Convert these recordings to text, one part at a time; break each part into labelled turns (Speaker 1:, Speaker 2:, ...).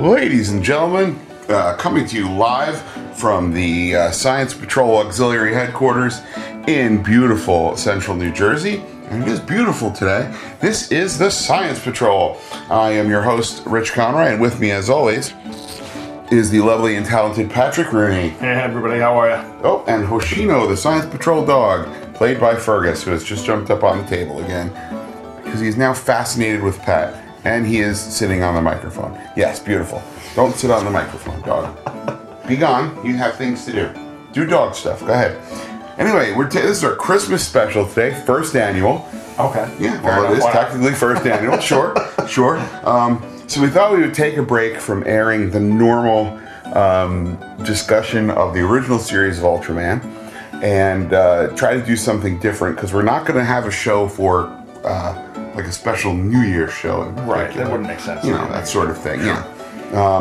Speaker 1: Ladies and gentlemen, uh, coming to you live from the uh, Science Patrol Auxiliary Headquarters in beautiful central New Jersey. And it is beautiful today. This is the Science Patrol. I am your host, Rich Conroy, and with me, as always, is the lovely and talented Patrick Rooney.
Speaker 2: Hey everybody, how are you?
Speaker 1: Oh, and Hoshino, the Science Patrol dog, played by Fergus, who has just jumped up on the table again because he is now fascinated with Pat and he is sitting on the microphone. Yes, beautiful. Don't sit on the microphone, dog. Be gone. You have things to do. Do dog stuff. Go ahead. Anyway, we're ta- this is our Christmas special today, first annual.
Speaker 2: Okay.
Speaker 1: Yeah,
Speaker 2: Fair
Speaker 1: well, it
Speaker 2: enough.
Speaker 1: is
Speaker 2: Why not?
Speaker 1: technically first annual. Sure, sure. Um, so we thought we would take a break from airing the normal um, discussion of the original series of Ultraman and uh, try to do something different because we're not going to have a show for uh, like a special New Year's show. in
Speaker 2: Right, that
Speaker 1: particular.
Speaker 2: wouldn't make sense.
Speaker 1: You know, that sort of thing. Yeah.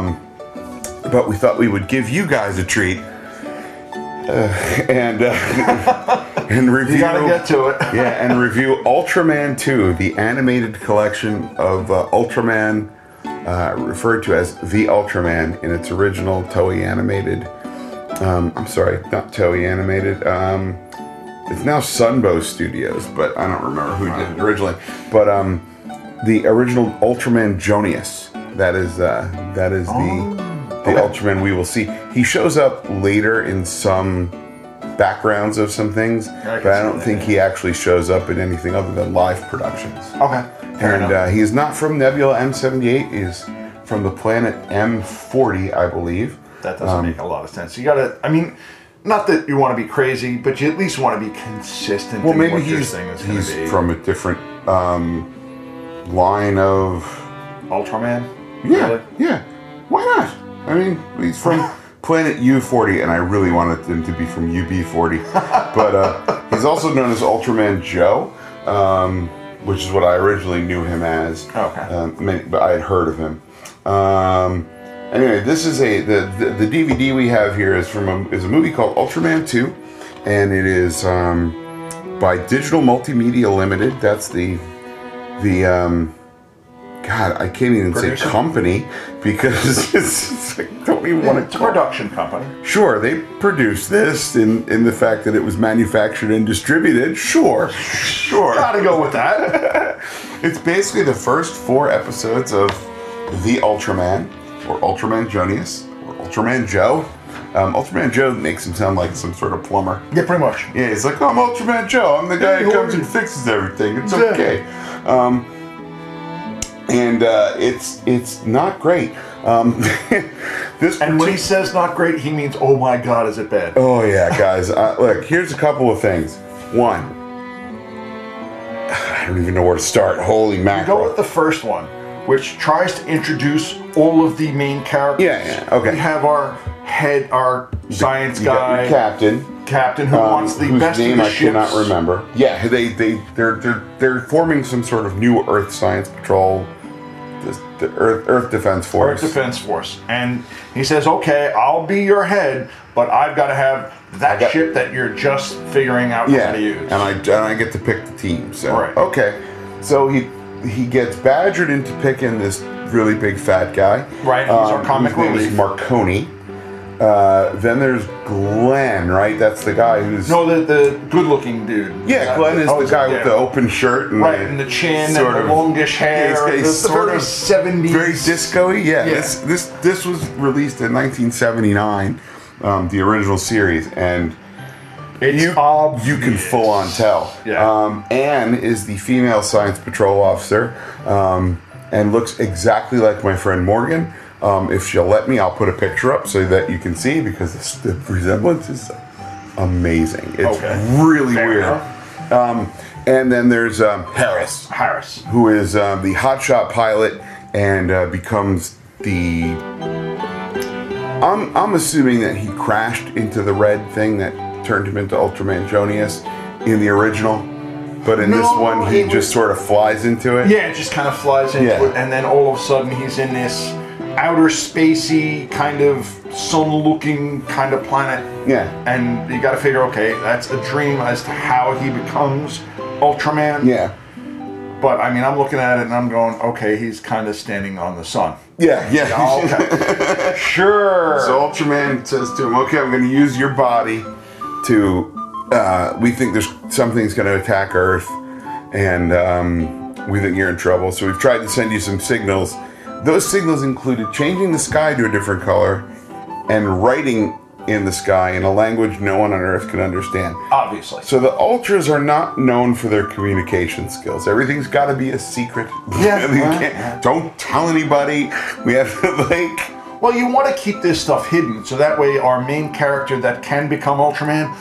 Speaker 1: Um, but we thought we would give you guys a treat. uh, and uh, and review
Speaker 2: You gotta get to it.
Speaker 1: yeah, and review Ultraman 2, the animated collection of uh, Ultraman, uh, referred to as The Ultraman in its original Toei animated. Um, I'm sorry, not Toei animated. Um, it's now Sunbow Studios, but I don't remember who did it originally. But um, the original Ultraman Jonius. That is uh, that is
Speaker 2: Oh,
Speaker 1: the the Ultraman we will see. He shows up later in some backgrounds of some things,
Speaker 2: can
Speaker 1: but I
Speaker 2: see
Speaker 1: don't
Speaker 2: that,
Speaker 1: think he actually shows up in anything other than live productions.
Speaker 2: Okay. Fair
Speaker 1: and
Speaker 2: enough.
Speaker 1: uh, he is not from Nebula M78. He is from the planet M40, I believe.
Speaker 2: that doesn't
Speaker 1: Um,
Speaker 2: make a lot of sense. You gotta, I mean, not that you want to be crazy, but you at least want to be consistent.
Speaker 1: Well,
Speaker 2: in
Speaker 1: maybe
Speaker 2: what your
Speaker 1: he's
Speaker 2: thing is gonna
Speaker 1: he's
Speaker 2: be.
Speaker 1: from a different um, line of
Speaker 2: Ultraman.
Speaker 1: Yeah,
Speaker 2: Really?
Speaker 1: yeah. Why not? I mean, he's from Planet U40, and I really wanted him to be from UB40. but uh, he's also known as Ultraman Joe, um, which is what I originally knew him as.
Speaker 2: Okay.
Speaker 1: Um, many- but I had heard of him. Um, anyway, this is a the, the the DVD we have here is from a, is a movie called Ultraman 2, and it is um, by Digital Multimedia Limited. That's the the um, God, I can't even
Speaker 2: Producer?
Speaker 1: say company because it's, it's like, don't even want
Speaker 2: It's
Speaker 1: to
Speaker 2: a
Speaker 1: talk.
Speaker 2: production company.
Speaker 1: Sure, they produced this in, in the fact that it was manufactured and distributed. Sure, sure.
Speaker 2: Gotta go with that.
Speaker 1: It's basically the first four episodes of The Ultraman, or Ultraman Jonius, or Ultraman Joe. Um, Ultraman Joe makes him sound like some sort of plumber.
Speaker 2: yeah, pretty much.
Speaker 1: Yeah, he's like, I'm Ultraman Joe. I'm the guy
Speaker 2: Hey,
Speaker 1: who
Speaker 2: who
Speaker 1: comes
Speaker 2: are
Speaker 1: and
Speaker 2: you?"
Speaker 1: fixes everything. It's
Speaker 2: Yeah.
Speaker 1: okay. Um, and uh, it's it's not great. Um, this
Speaker 2: And when he
Speaker 1: partic-
Speaker 2: says not great, he means, oh my god, is it bad?
Speaker 1: oh yeah, guys. Uh, look, here's a couple of things. One, I don't even know where to start. Holy mackerel!
Speaker 2: Go with the first one, which tries to introduce all of the main characters.
Speaker 1: Yeah, yeah, okay.
Speaker 2: We have our head, our science
Speaker 1: you got
Speaker 2: guy,
Speaker 1: your captain.
Speaker 2: captain, who
Speaker 1: um,
Speaker 2: wants the
Speaker 1: whose
Speaker 2: best
Speaker 1: name
Speaker 2: of the
Speaker 1: I cannot
Speaker 2: ships.
Speaker 1: remember. Yeah, they they they're they're they're forming some sort of new Earth Science Patrol, this, the Earth Earth Defense
Speaker 2: Earth
Speaker 1: Force.
Speaker 2: Defense Force. And he says, okay, I'll be your head, but I've got to have that
Speaker 1: got-
Speaker 2: ship that you're just figuring out
Speaker 1: yeah,
Speaker 2: how to use.
Speaker 1: and I and I get to pick the team. So
Speaker 2: Right.
Speaker 1: okay, so he he gets badgered into picking this really big fat guy.
Speaker 2: Right, he's our comic
Speaker 1: whose name is
Speaker 2: relief.
Speaker 1: Marconi. Uh, then there's Glenn, right? That's the guy who's
Speaker 2: no, the, the good looking dude.
Speaker 1: Yeah,
Speaker 2: Uh,
Speaker 1: Glenn is
Speaker 2: oh,
Speaker 1: the guy
Speaker 2: yeah.
Speaker 1: with the open shirt and
Speaker 2: Right, and the chin
Speaker 1: sort
Speaker 2: and
Speaker 1: of-
Speaker 2: the longish hair.
Speaker 1: Yeah,
Speaker 2: and
Speaker 1: he's-
Speaker 2: the
Speaker 1: he's sort
Speaker 2: very
Speaker 1: of
Speaker 2: 70s.
Speaker 1: very disco-y. Yeah,
Speaker 2: Yeah.
Speaker 1: This this this was released in 1979, um, the original series, and
Speaker 2: It's
Speaker 1: you
Speaker 2: obvious.
Speaker 1: you can full on tell.
Speaker 2: Yeah.
Speaker 1: Um, Anne is the female science patrol officer, um, and looks exactly like my friend Morgan. Um, if she'll let me, I'll put a picture up so that you can see because this, the resemblance is amazing. It's
Speaker 2: Okay.
Speaker 1: really
Speaker 2: Fair
Speaker 1: weird. Um, and then there's um, Harris
Speaker 2: Harris.
Speaker 1: who is um, the hotshot pilot and uh, becomes the. I'm, I'm assuming that he crashed into the red thing that turned him into Ultraman Jonius in the original, but in this
Speaker 2: No,
Speaker 1: one he
Speaker 2: it
Speaker 1: just
Speaker 2: was-
Speaker 1: sort of flies into it.
Speaker 2: Yeah, it just kind of flies into
Speaker 1: Yeah.
Speaker 2: it, and then all of a sudden he's in this outer spacey kind of sun-looking kind of planet.
Speaker 1: Yeah.
Speaker 2: And you got to figure, okay, that's a dream as to how he becomes Ultraman.
Speaker 1: Yeah.
Speaker 2: But I mean, I'm looking at it and I'm going, okay, he's kind of standing on the sun.
Speaker 1: Yeah, yeah.
Speaker 2: Okay. sure.
Speaker 1: So Ultraman says to him, "Okay, I'm going to use your body to. Uh, we think there's something's going to attack Earth, and um, we think you're in trouble. So we've tried to send you some signals. Those signals included changing the sky to a different color and writing in the sky in a language no one on Earth can understand.
Speaker 2: Obviously.
Speaker 1: So the Ultras are not known for their communication skills. Everything's got to be a secret.
Speaker 2: Yeah.
Speaker 1: You can't- don't tell anybody. We have to like."
Speaker 2: Well, you want to keep this stuff hidden so that way our main character that can become Ultraman,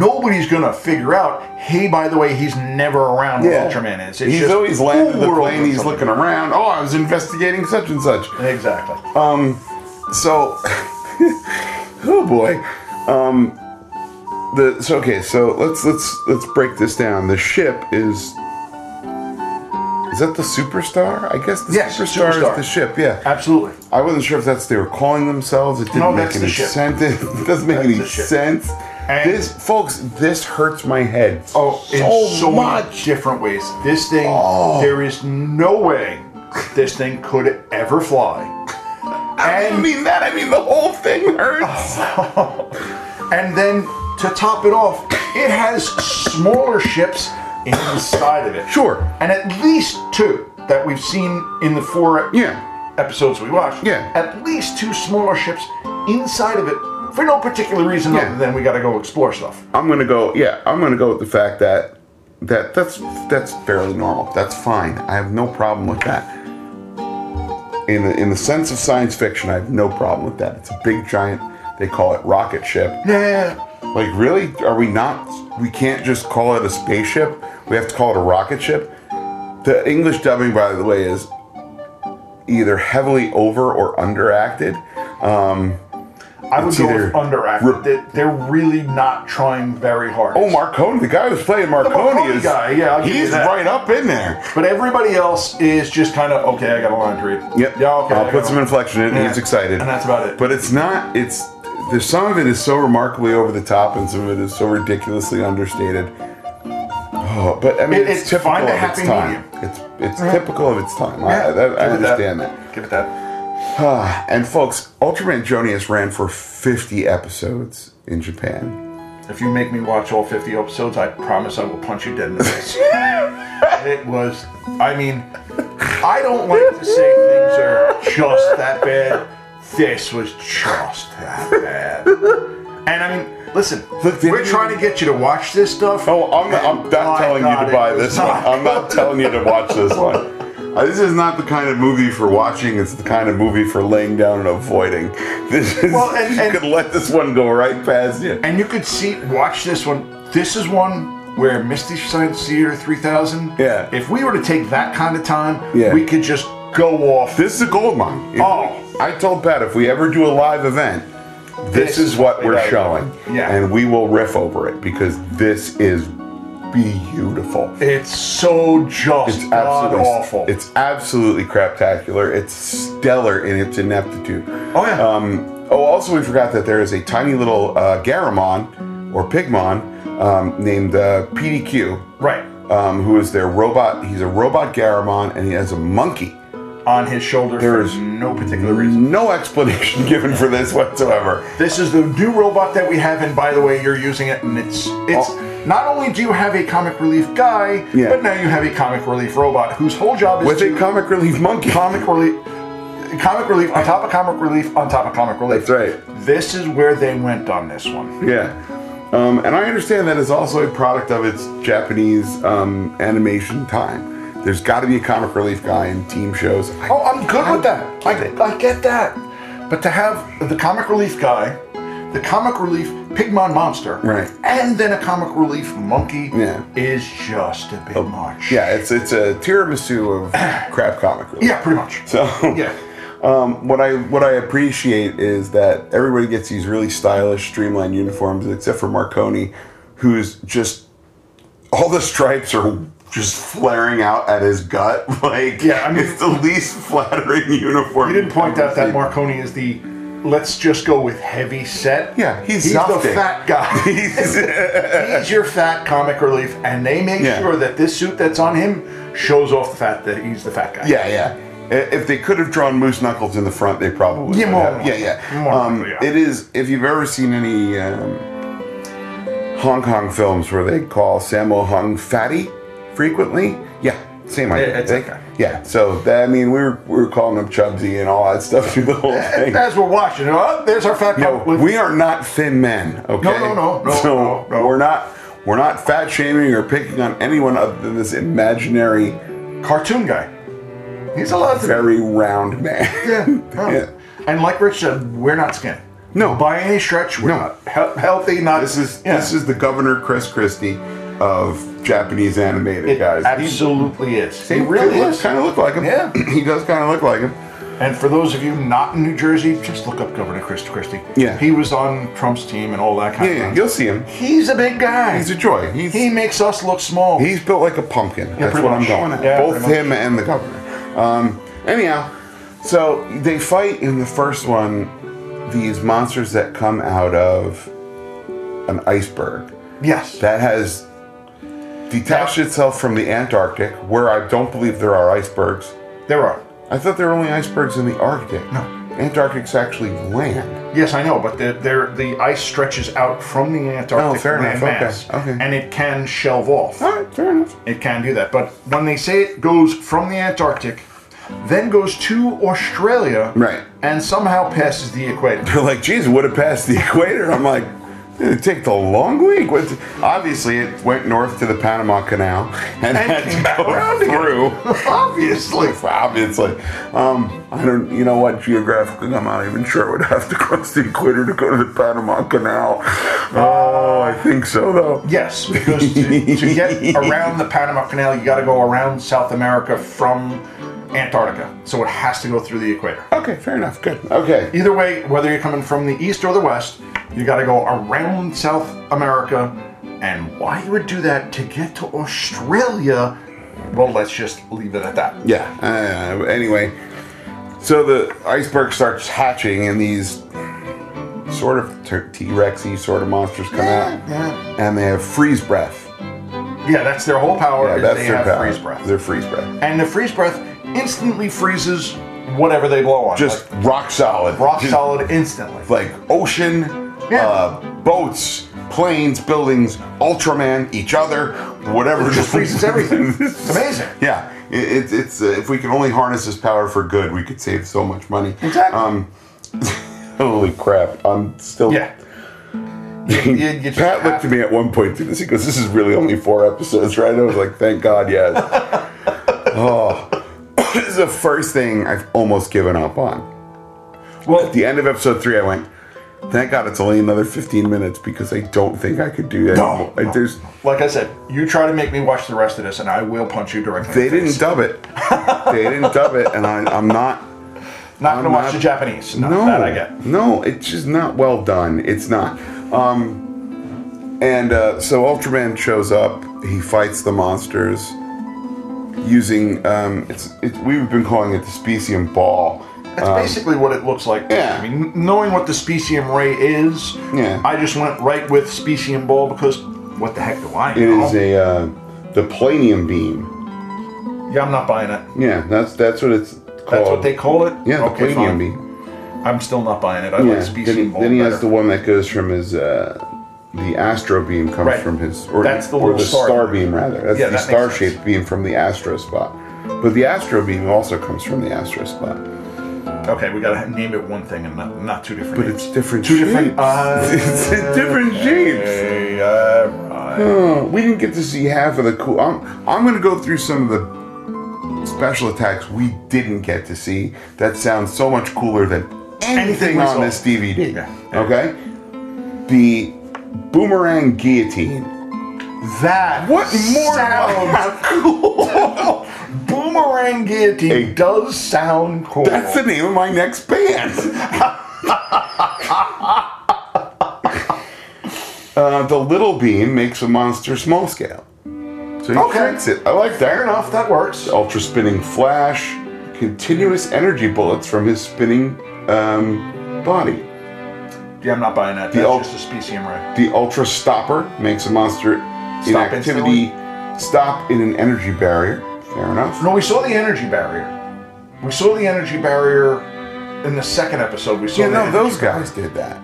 Speaker 2: nobody's going to figure out, hey, by the way, he's never around where Ultraman is. It's
Speaker 1: he's
Speaker 2: just
Speaker 1: always landed the
Speaker 2: world
Speaker 1: plane.
Speaker 2: or
Speaker 1: He's
Speaker 2: something.
Speaker 1: looking around. Oh, I was investigating such and such.
Speaker 2: Exactly.
Speaker 1: So, oh boy. Um, the so okay. So let's let's let's break this down. The ship is. Is that the superstar? I guess the
Speaker 2: Yes,
Speaker 1: superstar,
Speaker 2: Superstar.
Speaker 1: is the ship. Yeah,
Speaker 2: Absolutely.
Speaker 1: I wasn't sure if that's they were calling themselves. It didn't
Speaker 2: No,
Speaker 1: make
Speaker 2: that's the
Speaker 1: any
Speaker 2: ship.
Speaker 1: sense. It doesn't make
Speaker 2: That's
Speaker 1: any
Speaker 2: the ship.
Speaker 1: sense.
Speaker 2: And-
Speaker 1: this, folks, this hurts my head.
Speaker 2: Oh,
Speaker 1: so
Speaker 2: in so many
Speaker 1: much.
Speaker 2: different ways. This thing,
Speaker 1: Oh.
Speaker 2: there is no way this thing could ever fly.
Speaker 1: I don't
Speaker 2: And Oh.
Speaker 1: mean that. I mean the whole thing hurts.
Speaker 2: and then to top it off, it has smaller ships inside of it.
Speaker 1: Sure.
Speaker 2: And at least two that we've seen in the four
Speaker 1: Yeah.
Speaker 2: episodes we watched.
Speaker 1: Yeah.
Speaker 2: At least two smaller ships inside of it for no particular reason
Speaker 1: Yeah.
Speaker 2: other than we got to go explore stuff.
Speaker 1: I'm gonna go. Yeah, I'm gonna go with the fact that that that's that's fairly normal. That's fine. I have no problem with that. In the in the sense of science fiction, I have no problem with that. It's a big giant. They call it rocket ship.
Speaker 2: Yeah.
Speaker 1: Like, really? Are we not? We can't just call it a spaceship. We have to call it a rocket ship. The English dubbing, by the way, is either heavily over or underacted. Um,
Speaker 2: I would
Speaker 1: It's
Speaker 2: go
Speaker 1: either
Speaker 2: with underacted. They- They're really not trying very hard.
Speaker 1: oh, Marconi, the guy who's playing Marconi
Speaker 2: Marconi
Speaker 1: is
Speaker 2: guy, yeah, I'll give you
Speaker 1: he's
Speaker 2: that.
Speaker 1: right up in there.
Speaker 2: But everybody else is just kind of okay. I got a line to read.
Speaker 1: Yep.
Speaker 2: Yeah. Okay. I
Speaker 1: I'll
Speaker 2: got
Speaker 1: put
Speaker 2: a-
Speaker 1: some inflection in. it. He's
Speaker 2: Yeah.
Speaker 1: excited.
Speaker 2: And that's about it.
Speaker 1: But it's not. It's there's some of it is so remarkably over the top, and some of it is so ridiculously understated. Oh, but I mean,
Speaker 2: It-
Speaker 1: it's,
Speaker 2: it's
Speaker 1: typical
Speaker 2: find
Speaker 1: of
Speaker 2: a
Speaker 1: its
Speaker 2: happy
Speaker 1: time.
Speaker 2: medium.
Speaker 1: It's it's typical of its time. I,
Speaker 2: Yeah,
Speaker 1: that, I
Speaker 2: give it that.
Speaker 1: understand that.
Speaker 2: Give it that.
Speaker 1: Ah, and folks, Ultraman Jonius ran for 50 episodes in Japan.
Speaker 2: If you make me watch all 50 episodes, I promise I will punch you dead in the face. it was, I mean, I don't like to say things are just that bad. This was just that bad. And I mean, listen,
Speaker 1: Look, they
Speaker 2: we're
Speaker 1: didn't-
Speaker 2: trying to get you to watch this stuff.
Speaker 1: Oh, I'm, I'm not
Speaker 2: My
Speaker 1: telling you
Speaker 2: God,
Speaker 1: to
Speaker 2: it
Speaker 1: buy
Speaker 2: was
Speaker 1: this one.
Speaker 2: not-
Speaker 1: I'm not telling you to watch this one. Uh, This is not the kind of movie for watching. It's the kind of movie for laying down and avoiding. This is,
Speaker 2: Well, and- and-
Speaker 1: you could let this one go right past you.
Speaker 2: And you could see, watch this one. This is one where Misty Science Theater 3000.
Speaker 1: Yeah.
Speaker 2: If we were to take that kind of time,
Speaker 1: Yeah.
Speaker 2: we could just go off.
Speaker 1: This is a gold mine. If-
Speaker 2: Oh.
Speaker 1: I told Pat if we ever do a live event, this,
Speaker 2: This
Speaker 1: is what
Speaker 2: is
Speaker 1: we're
Speaker 2: what we gotta
Speaker 1: showing.
Speaker 2: do. Yeah.
Speaker 1: And we will riff over it because this is beautiful.
Speaker 2: It's so just
Speaker 1: It's
Speaker 2: god
Speaker 1: absolutely
Speaker 2: awful.
Speaker 1: It's absolutely craptacular. It's stellar in its ineptitude.
Speaker 2: oh yeah.
Speaker 1: Um, oh, also we forgot that there is a tiny little uh, Garamon or Pigmon um, named uh, PDQ,
Speaker 2: right.
Speaker 1: um, who is their robot. He's a robot Garamon, and he has a monkey.
Speaker 2: On his shoulder
Speaker 1: There
Speaker 2: for
Speaker 1: is
Speaker 2: no particular reason.
Speaker 1: No explanation given for this whatsoever.
Speaker 2: This is the new robot that we have, and by the way, you're using it, and it's it's not only do you have a comic relief guy,
Speaker 1: Oh. Yeah.
Speaker 2: but now you have a comic relief robot whose whole job is
Speaker 1: With
Speaker 2: to
Speaker 1: a comic relief monkey.
Speaker 2: comic relief comic relief on top of comic relief on top of comic relief.
Speaker 1: That's right.
Speaker 2: This is where they went on this one.
Speaker 1: Yeah. Um, and I understand that is also a product of its Japanese um, animation time. There's got to be a comic relief guy in team shows. I-
Speaker 2: Oh, I'm good with that.
Speaker 1: get
Speaker 2: I,
Speaker 1: it.
Speaker 2: I get that. But to have the comic relief guy, the comic relief Pigmon monster,
Speaker 1: Right.
Speaker 2: and then a comic relief monkey
Speaker 1: Yeah.
Speaker 2: is just a bit much.
Speaker 1: Yeah, it's it's a tiramisu of crap comic relief.
Speaker 2: Yeah, pretty much.
Speaker 1: So
Speaker 2: Yeah.
Speaker 1: Um, what I what I appreciate is that everybody gets these really stylish, streamlined uniforms, except for Marconi, who's just all the stripes are just flaring out at his gut. Like
Speaker 2: Yeah, I mean-
Speaker 1: it's the least flattering uniform.
Speaker 2: You didn't point
Speaker 1: you've
Speaker 2: out
Speaker 1: ever
Speaker 2: that
Speaker 1: seen.
Speaker 2: Marconi is the let's just go with heavy set.
Speaker 1: Yeah, he's
Speaker 2: he's the
Speaker 1: Zoftig.
Speaker 2: fat guy. he's your fat comic relief, and they make
Speaker 1: Yeah.
Speaker 2: sure that this suit that's on him shows off the fact that he's the fat guy.
Speaker 1: Yeah, yeah. I- If they could have drawn Moose Knuckles in the front, they probably
Speaker 2: Yeah,
Speaker 1: would
Speaker 2: more
Speaker 1: have.
Speaker 2: likely.
Speaker 1: Yeah, yeah.
Speaker 2: More
Speaker 1: um,
Speaker 2: likely, yeah.
Speaker 1: It is. If you've ever seen any um, Hong Kong films where they call Sammo Hung fatty frequently, yeah, same idea.
Speaker 2: it's
Speaker 1: They-
Speaker 2: okay.
Speaker 1: Yeah. So that, I mean, we were we were calling him Chubsy and all that stuff through the whole thing.
Speaker 2: As we're watching, oh, there's our fat
Speaker 1: No,
Speaker 2: comic relief.
Speaker 1: we are not thin men. Okay.
Speaker 2: no, no, no,
Speaker 1: So
Speaker 2: no, no.
Speaker 1: we're not we're not fat shaming or picking on anyone other than this imaginary,
Speaker 2: cartoon guy. He's allowed to be.
Speaker 1: very round man.
Speaker 2: Yeah. no.
Speaker 1: Yeah.
Speaker 2: And like Rich said, we're not skinny.
Speaker 1: No.
Speaker 2: By any stretch, we're
Speaker 1: No.
Speaker 2: not he- healthy. Not
Speaker 1: This is
Speaker 2: yeah.
Speaker 1: this is the governor Chris Christie of Japanese animated
Speaker 2: it
Speaker 1: guys.
Speaker 2: absolutely is.
Speaker 1: he,
Speaker 2: It really is.
Speaker 1: kind of look like him.
Speaker 2: Yeah. Uh-huh.
Speaker 1: he does kind of look like him.
Speaker 2: And for those of you not in New Jersey, just look up Governor Chris Christie.
Speaker 1: Yeah.
Speaker 2: He was on Trump's team and all that kind
Speaker 1: Yeah, yeah,
Speaker 2: of
Speaker 1: you'll
Speaker 2: stuff.
Speaker 1: see him.
Speaker 2: He's a big guy.
Speaker 1: He's a joy. He's
Speaker 2: he makes us look small.
Speaker 1: he's built like a pumpkin. That's
Speaker 2: pretty
Speaker 1: what I'm
Speaker 2: much.
Speaker 1: going at.
Speaker 2: Yeah,
Speaker 1: Both
Speaker 2: pretty much.
Speaker 1: him and the governor. Um, anyhow, so they fight in the first one these monsters that come out of an iceberg
Speaker 2: yes.
Speaker 1: that has detached itself from the Antarctic, where I don't believe there are icebergs.
Speaker 2: there are.
Speaker 1: I thought there were only icebergs in the Arctic.
Speaker 2: No.
Speaker 1: Antarctic's actually land.
Speaker 2: Yes, I know, but the, there the ice stretches out from the Antarctic
Speaker 1: Oh, fair enough. Okay,
Speaker 2: landmass,
Speaker 1: okay. Oh.
Speaker 2: and it can shelve off.
Speaker 1: All right, fair enough.
Speaker 2: It can do that. But when they say it goes from the Antarctic, then goes to Australia,
Speaker 1: Right.
Speaker 2: and somehow passes the equator.
Speaker 1: They're like, geez, would have passed the equator. I'm like, it'd take the long way. What- Obviously, it went north to the Panama Canal and, had
Speaker 2: came back
Speaker 1: to go
Speaker 2: around again.
Speaker 1: through.
Speaker 2: Obviously.
Speaker 1: Obviously, um, I don't. You know what? Geographically, I'm not even sure. I would have to cross the equator to go to the Panama Canal. Oh, I think so, though.
Speaker 2: Yes, because to, to get around the Panama Canal, you got to go around South America from Antarctica. So it has to go through the equator.
Speaker 1: Okay, fair enough. Good. Okay.
Speaker 2: Either way, whether you're coming from the east or the west, you got to go around South America. And why you would do that to get to Australia? Well, let's just leave it at that.
Speaker 1: Yeah. Uh, anyway, so the iceberg starts hatching, and these sort of T Rexy sort of monsters come out,
Speaker 2: Yeah.
Speaker 1: and they have freeze breath.
Speaker 2: Yeah, that's their whole power.
Speaker 1: Yeah,
Speaker 2: is
Speaker 1: that's
Speaker 2: they
Speaker 1: their
Speaker 2: have
Speaker 1: power.
Speaker 2: freeze breath,
Speaker 1: Their freeze breath,
Speaker 2: and the freeze breath instantly freezes whatever they blow on.
Speaker 1: just rock solid.
Speaker 2: Like, rock
Speaker 1: Just
Speaker 2: solid instantly.
Speaker 1: Like ocean,
Speaker 2: Yeah.
Speaker 1: uh, boats, planes, buildings, Ultraman, each other, whatever.
Speaker 2: It just freezes everything. It's amazing.
Speaker 1: Yeah, it, it, it's uh, if we could only harness this power for good, we could save so much money.
Speaker 2: Exactly.
Speaker 1: Um, holy crap! I'm still.
Speaker 2: Yeah. You- you- you just
Speaker 1: Pat looked
Speaker 2: have-
Speaker 1: at me at one point through this. He goes, "This is really only four episodes, right?" I was like, "Thank God, yes." oh, this is the first thing I've almost given up on.
Speaker 2: Well,
Speaker 1: At the end of episode three, I went, "Thank God it's only another fifteen minutes because I don't think I could do that."
Speaker 2: No,
Speaker 1: anymore."
Speaker 2: no.
Speaker 1: there's
Speaker 2: like I said, you try to make me watch the rest of this, and I will punch you directly.
Speaker 1: they
Speaker 2: in the face.
Speaker 1: didn't dub it. they didn't dub it, and I, I'm not.
Speaker 2: Not gonna
Speaker 1: I'm
Speaker 2: watch
Speaker 1: not-
Speaker 2: the Japanese. No,
Speaker 1: No,
Speaker 2: that I get.
Speaker 1: no, it's just not well done. It's not. Um, and uh, so Ultraman shows up. He fights the monsters using um, it's, it's. We've been calling it the specium ball.
Speaker 2: That's basically what it looks like.
Speaker 1: Um, yeah.
Speaker 2: I mean, knowing what the specium ray is,
Speaker 1: Yeah.
Speaker 2: I just went right with specium ball because what the heck do I
Speaker 1: It
Speaker 2: know?
Speaker 1: is a uh, the planium beam.
Speaker 2: yeah, I'm not buying it.
Speaker 1: Yeah, that's that's what it's called.
Speaker 2: That's what they call it.
Speaker 1: yeah, the
Speaker 2: okay,
Speaker 1: planium
Speaker 2: fine.
Speaker 1: beam.
Speaker 2: I'm still not buying it. I
Speaker 1: Yeah.
Speaker 2: like
Speaker 1: Then,
Speaker 2: specium
Speaker 1: he-
Speaker 2: ball.
Speaker 1: then he
Speaker 2: better.
Speaker 1: has the one that goes from his uh, the astro beam comes
Speaker 2: Right.
Speaker 1: from his or
Speaker 2: That's the
Speaker 1: or
Speaker 2: little
Speaker 1: the
Speaker 2: star
Speaker 1: star,
Speaker 2: beam.
Speaker 1: beam. rather. That's
Speaker 2: Yeah,
Speaker 1: the
Speaker 2: that makes
Speaker 1: star
Speaker 2: sense.
Speaker 1: shaped beam from the astro spot. But the astro beam also comes from the astro spot.
Speaker 2: Okay, we gotta name it one thing and not, not two different.
Speaker 1: But
Speaker 2: names.
Speaker 1: it's different.
Speaker 2: two
Speaker 1: shapes.
Speaker 2: different. Ah. Uh,
Speaker 1: it's different shapes.
Speaker 2: okay, uh, right.
Speaker 1: Oh, we didn't get to see half of the cool. I'm I'm gonna go through some of the special attacks we didn't get to see. That sounds so much cooler than anything,
Speaker 2: we
Speaker 1: on
Speaker 2: saw.
Speaker 1: this DVD.
Speaker 2: Yeah, yeah.
Speaker 1: Okay, the boomerang guillotine.
Speaker 2: That
Speaker 1: What more?
Speaker 2: sounds
Speaker 1: cool.
Speaker 2: boomerang guillotine
Speaker 1: Hey.
Speaker 2: does sound cool.
Speaker 1: That's the name of my next band. uh, the little beam makes a monster small scale, so he
Speaker 2: Okay.
Speaker 1: shrinks it. I like that.
Speaker 2: Fair enough. That works.
Speaker 1: Ultra spinning flash, continuous energy bullets from his spinning um, body.
Speaker 2: Yeah, I'm not buying that.
Speaker 1: The
Speaker 2: That's
Speaker 1: ul-
Speaker 2: just a specium ray.
Speaker 1: The Ultra Stopper makes a monster in
Speaker 2: Stop
Speaker 1: activity stop in an energy barrier. Fair enough.
Speaker 2: No, we saw the energy barrier. We saw the energy barrier in the second episode. We saw
Speaker 1: Yeah,
Speaker 2: the
Speaker 1: no,
Speaker 2: energy
Speaker 1: those
Speaker 2: barrier.
Speaker 1: guys did that.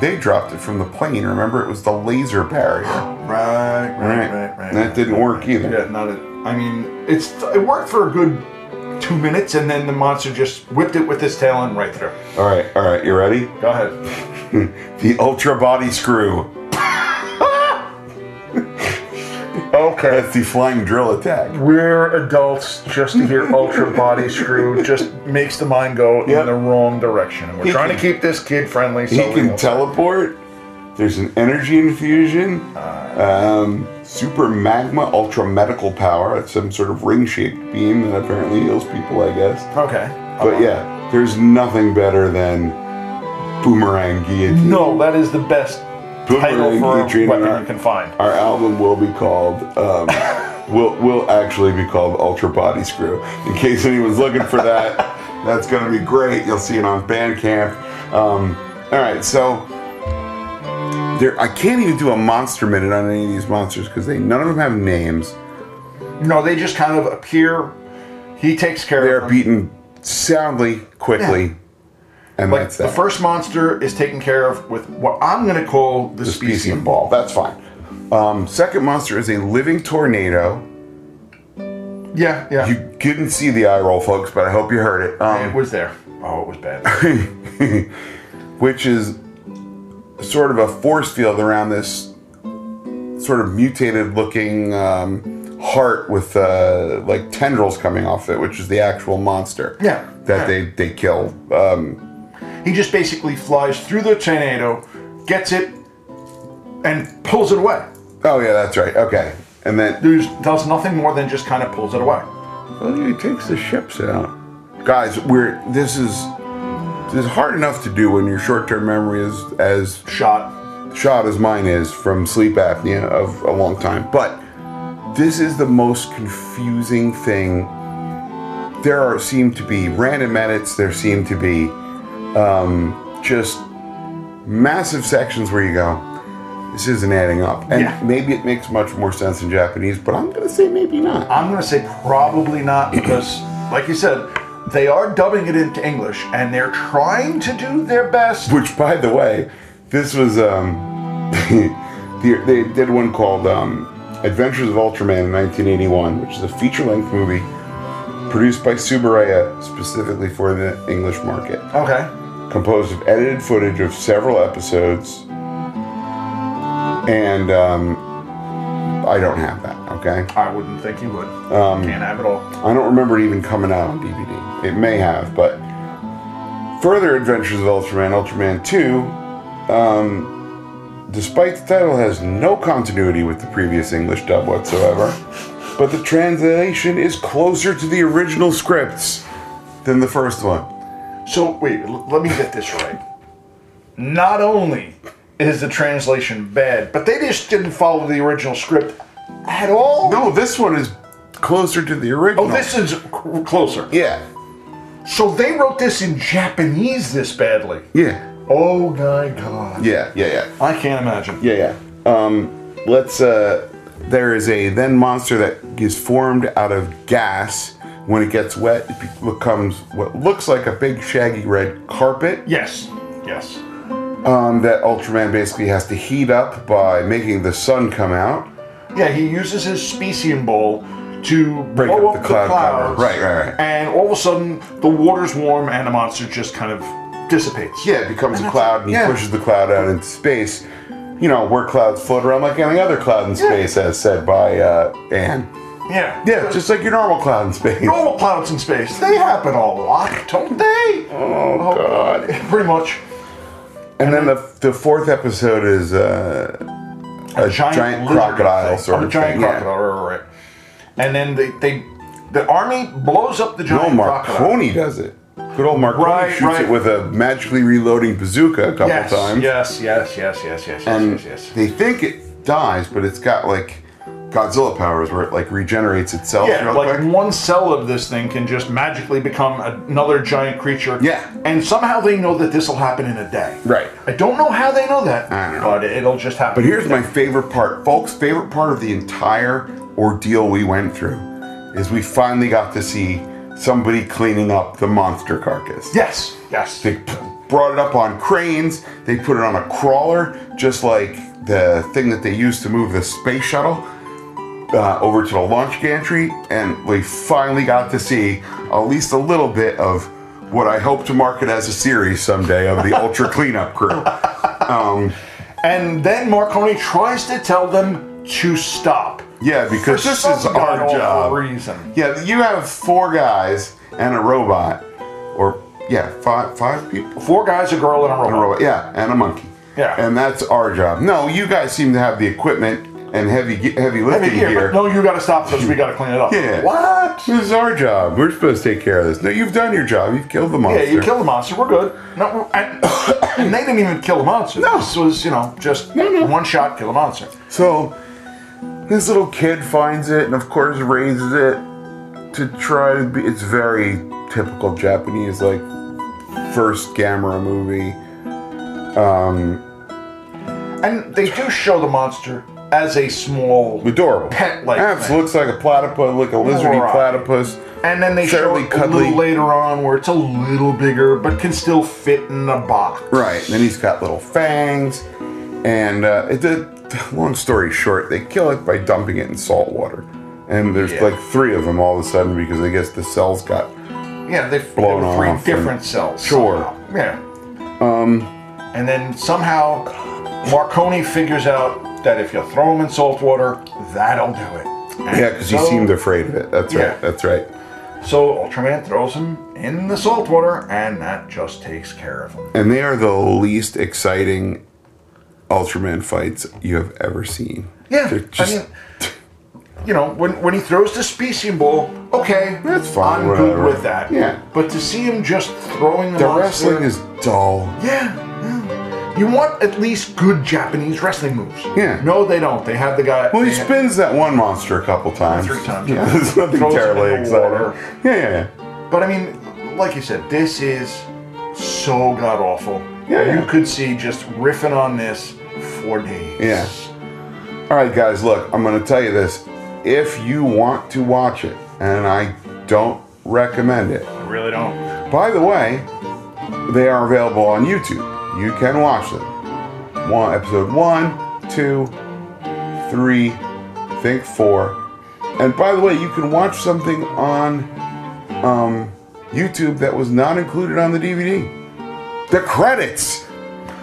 Speaker 1: They dropped it from the plane. Remember, it was the laser barrier.
Speaker 2: Right, right, right, right.
Speaker 1: That didn't work either.
Speaker 2: Yeah, not a, I mean, it's it worked for a good two minutes, and then the monster just whipped it with his tail and right through.
Speaker 1: All right, all right, you ready?
Speaker 2: Go ahead.
Speaker 1: The Ultra Body Screw. okay. That's the flying drill attack.
Speaker 2: We're adults. Just to hear ultra body screw just makes the mind go
Speaker 1: Yep.
Speaker 2: in the wrong direction. And we're
Speaker 1: He
Speaker 2: trying
Speaker 1: can-
Speaker 2: to keep this kid friendly. So
Speaker 1: He
Speaker 2: we
Speaker 1: can
Speaker 2: won't-
Speaker 1: teleport. There's an energy infusion.
Speaker 2: Uh,
Speaker 1: Um, super magma ultra medical power. It's some sort of ring shaped beam that apparently heals people, I guess.
Speaker 2: Okay.
Speaker 1: But yeah, there's nothing better than boomerang guillotine.
Speaker 2: No, that is the best title
Speaker 1: Boomerang
Speaker 2: for a
Speaker 1: guillotine
Speaker 2: weapon
Speaker 1: in our-
Speaker 2: you can find.
Speaker 1: Our album will be called. Um, will will actually be called Ultra Body Screw. In case anyone's looking for that, that's going to be great. You'll see it on Bandcamp. Um, all right, so there. I can't even do a monster minute on any of these monsters because they none of them have names.
Speaker 2: No, they just kind of appear. He takes care of
Speaker 1: They're
Speaker 2: them.
Speaker 1: beaten soundly, quickly, and
Speaker 2: Like
Speaker 1: that's
Speaker 2: the
Speaker 1: that.
Speaker 2: first monster is taken care of with what I'm going to call the, specium
Speaker 1: specium
Speaker 2: ball.
Speaker 1: ball. That's fine. Um, second monster is a living tornado.
Speaker 2: Yeah, yeah.
Speaker 1: You couldn't see the eye roll, folks, but I hope you heard it. Um,
Speaker 2: it was there. Oh, it was bad.
Speaker 1: which is sort of a force field around this sort of mutated looking um, heart with uh, like tendrils coming off it, which is the actual monster.
Speaker 2: Yeah,
Speaker 1: That
Speaker 2: yeah.
Speaker 1: they, they kill. Um,
Speaker 2: he just basically flies through the tornado, gets it, and pulls it away.
Speaker 1: oh, yeah, that's right. Okay. And then
Speaker 2: There's, does nothing more than just kind of pulls it away.
Speaker 1: well, he takes the ships out. Guys, we're this is this is hard enough to do when your short-term memory is as
Speaker 2: Shot.
Speaker 1: shot as mine is from sleep apnea of a long time. But this is the most confusing thing. There are seem to be random edits. There seem to be um, just massive sections where you go. This isn't adding up, and
Speaker 2: Yeah.
Speaker 1: maybe it makes much more sense in Japanese. But I'm gonna say maybe not.
Speaker 2: I'm going to say probably not because, like you said, they are dubbing it into English and they're trying to do their best.
Speaker 1: Which, by the way, this was um, the, they did one called um, Adventures of Ultraman in 1981, which is a feature-length movie produced by Subaraya specifically for the English market,
Speaker 2: Okay.
Speaker 1: composed of edited footage of several episodes, and um, I don't have that. Okay,
Speaker 2: I wouldn't think you would.
Speaker 1: Um,
Speaker 2: Can't have it all.
Speaker 1: I don't remember it even coming out on DVD. It may have, but further adventures of Ultraman, Ultraman 2, um, despite the title, has no continuity with the previous English dub whatsoever. But the translation is closer to the original scripts than the first one.
Speaker 2: So wait, l- let me get this right. Not only is the translation bad, but they just didn't follow the original script at all.
Speaker 1: No, this one is closer to the
Speaker 2: Oh,
Speaker 1: original.
Speaker 2: this is c- closer.
Speaker 1: Yeah,
Speaker 2: So they wrote this in Japanese this badly.
Speaker 1: yeah,
Speaker 2: Oh my god.
Speaker 1: yeah, yeah, yeah.
Speaker 2: I can't imagine.
Speaker 1: Yeah, yeah. Um, let's. Uh, there is a then monster that is formed out of gas. When it gets wet, it be- becomes what looks like a big shaggy red carpet
Speaker 2: Yes. Yes.
Speaker 1: um, that Ultraman basically has to heat up by making the sun come out.
Speaker 2: Yeah, he uses his specium bowl to
Speaker 1: Break
Speaker 2: blow
Speaker 1: up
Speaker 2: up,
Speaker 1: the
Speaker 2: the,
Speaker 1: cloud cover.
Speaker 2: clouds.
Speaker 1: Right, right, right.
Speaker 2: And all of a sudden, the water's warm and the monster just kind of dissipates.
Speaker 1: Yeah, it becomes a
Speaker 2: that's-
Speaker 1: cloud and he
Speaker 2: yeah.
Speaker 1: pushes the cloud out into space. You know, where clouds float around like any other cloud in space, as said by uh, Anne.
Speaker 2: Yeah.
Speaker 1: Yeah, just like your normal cloud in space.
Speaker 2: normal clouds in space. They happen a lot, don't they?
Speaker 1: Oh, God.
Speaker 2: Pretty much.
Speaker 1: And then the, the fourth episode is uh, a, giant,
Speaker 2: lizard
Speaker 1: crocodile
Speaker 2: thing.
Speaker 1: sort
Speaker 2: a
Speaker 1: of
Speaker 2: giant
Speaker 1: thing. yeah.
Speaker 2: crocodile, right, right, right. And then they, they, the army blows up the
Speaker 1: No,
Speaker 2: giant crocodile.
Speaker 1: Marconi does it. Good old Marconi
Speaker 2: Right,
Speaker 1: shoots
Speaker 2: right.
Speaker 1: it with a magically reloading bazooka a couple
Speaker 2: Yes,
Speaker 1: times. Um,
Speaker 2: yes, yes, yes, yes, yes,
Speaker 1: And
Speaker 2: yes, yes, yes.
Speaker 1: they think it dies, but it's got like Godzilla powers, where it like regenerates itself
Speaker 2: Yeah,
Speaker 1: real
Speaker 2: like
Speaker 1: quick.
Speaker 2: one cell of this thing can just magically become another giant creature.
Speaker 1: Yeah.
Speaker 2: And somehow they know that this will happen in a day.
Speaker 1: Right.
Speaker 2: I don't know how they know that,
Speaker 1: I don't know.
Speaker 2: but it'll just happen.
Speaker 1: But here's
Speaker 2: in a
Speaker 1: my favorite part, folks. Favorite part of the entire ordeal we went through is we finally got to see somebody cleaning up the monster carcass.
Speaker 2: day. Yes, yes.
Speaker 1: They p- brought it up on cranes. They put it on a crawler, just like the thing that they used to move the space shuttle uh, over to the launch gantry. And we finally got to see at least a little bit of what I hope to market as a series someday of the Ultra Cleanup Crew. Um,
Speaker 2: And then Marconi tries to tell them to stop.
Speaker 1: Yeah, because
Speaker 2: For
Speaker 1: this
Speaker 2: some
Speaker 1: is our
Speaker 2: god-awful
Speaker 1: job.
Speaker 2: Reason.
Speaker 1: Yeah, you have four guys and a robot, or yeah, five five people.
Speaker 2: Four guys, a girl, and a
Speaker 1: a
Speaker 2: robot.
Speaker 1: robot, yeah, and a monkey.
Speaker 2: Yeah.
Speaker 1: And that's our job. No, you guys seem to have the equipment and heavy heavy
Speaker 2: I
Speaker 1: lifting
Speaker 2: mean, here,
Speaker 1: gear.
Speaker 2: but no, you got to stop because we got to clean it up.
Speaker 1: Yeah.
Speaker 2: What?
Speaker 1: This is our job. We're supposed to take care of this. No, you've done your job. You've killed the monster.
Speaker 2: Yeah, you kill the monster. We're good. No, and, and they didn't even kill the monster.
Speaker 1: No.
Speaker 2: this was you know just one shot kill the monster.
Speaker 1: So this little kid finds it and of course raises it to try to be it's very typical Japanese like first Gamera movie.
Speaker 2: And they do show the monster as a small,
Speaker 1: Adorable.
Speaker 2: Pet-like
Speaker 1: Abs
Speaker 2: thing.
Speaker 1: looks like a platypus, like a lizardy
Speaker 2: Right.
Speaker 1: platypus.
Speaker 2: and then they show
Speaker 1: fairly
Speaker 2: it a
Speaker 1: cuddly.
Speaker 2: little later on where it's a little bigger but can still fit in a box.
Speaker 1: Right. And then he's got little fangs. And uh, it did, long story short, they kill it by dumping it in salt water. And there's
Speaker 2: Yeah.
Speaker 1: like three of them all of a sudden because I guess the cells got.
Speaker 2: Yeah, they there
Speaker 1: Blown
Speaker 2: were three
Speaker 1: off
Speaker 2: different
Speaker 1: and-
Speaker 2: cells.
Speaker 1: Sure.
Speaker 2: somehow. Yeah. Um. And then somehow Marconi figures out that if you throw them in salt water, that'll do it. And
Speaker 1: Yeah, because he
Speaker 2: so-
Speaker 1: seemed afraid of it. That's
Speaker 2: Yeah.
Speaker 1: right. That's right.
Speaker 2: So Ultraman throws him in the salt water, and that just takes care of him.
Speaker 1: And they are the least exciting Ultraman fights you have ever seen.
Speaker 2: Yeah,
Speaker 1: They're just-
Speaker 2: I mean, you know, when when he throws the specium ball, okay,
Speaker 1: That's fine,
Speaker 2: I'm
Speaker 1: whatever.
Speaker 2: good with that.
Speaker 1: Yeah.
Speaker 2: but to see him just throwing the,
Speaker 1: the
Speaker 2: monster-
Speaker 1: wrestling is dull.
Speaker 2: yeah, yeah. You want at least good Japanese wrestling moves.
Speaker 1: Yeah.
Speaker 2: No, they don't. They have the guy.
Speaker 1: Well, he
Speaker 2: they-
Speaker 1: spins that one monster a couple times.
Speaker 2: Three times,
Speaker 1: Yeah,
Speaker 2: yeah.
Speaker 1: there's nothing
Speaker 2: Throws him
Speaker 1: terribly
Speaker 2: in the water.
Speaker 1: exciting. Yeah, yeah, yeah.
Speaker 2: But I mean, like you said, this is so god awful.
Speaker 1: Yeah, yeah.
Speaker 2: You could see just riffing on this for days.
Speaker 1: Yeah. All right, guys, look, I'm going to tell you this. If you want to watch it, and I don't recommend it,
Speaker 2: I really don't.
Speaker 1: by the way, they are available on YouTube. You can watch them. One, episode one, two, three, I think four. And by the way, you can watch something on um, YouTube that was not included on the DVD. The credits.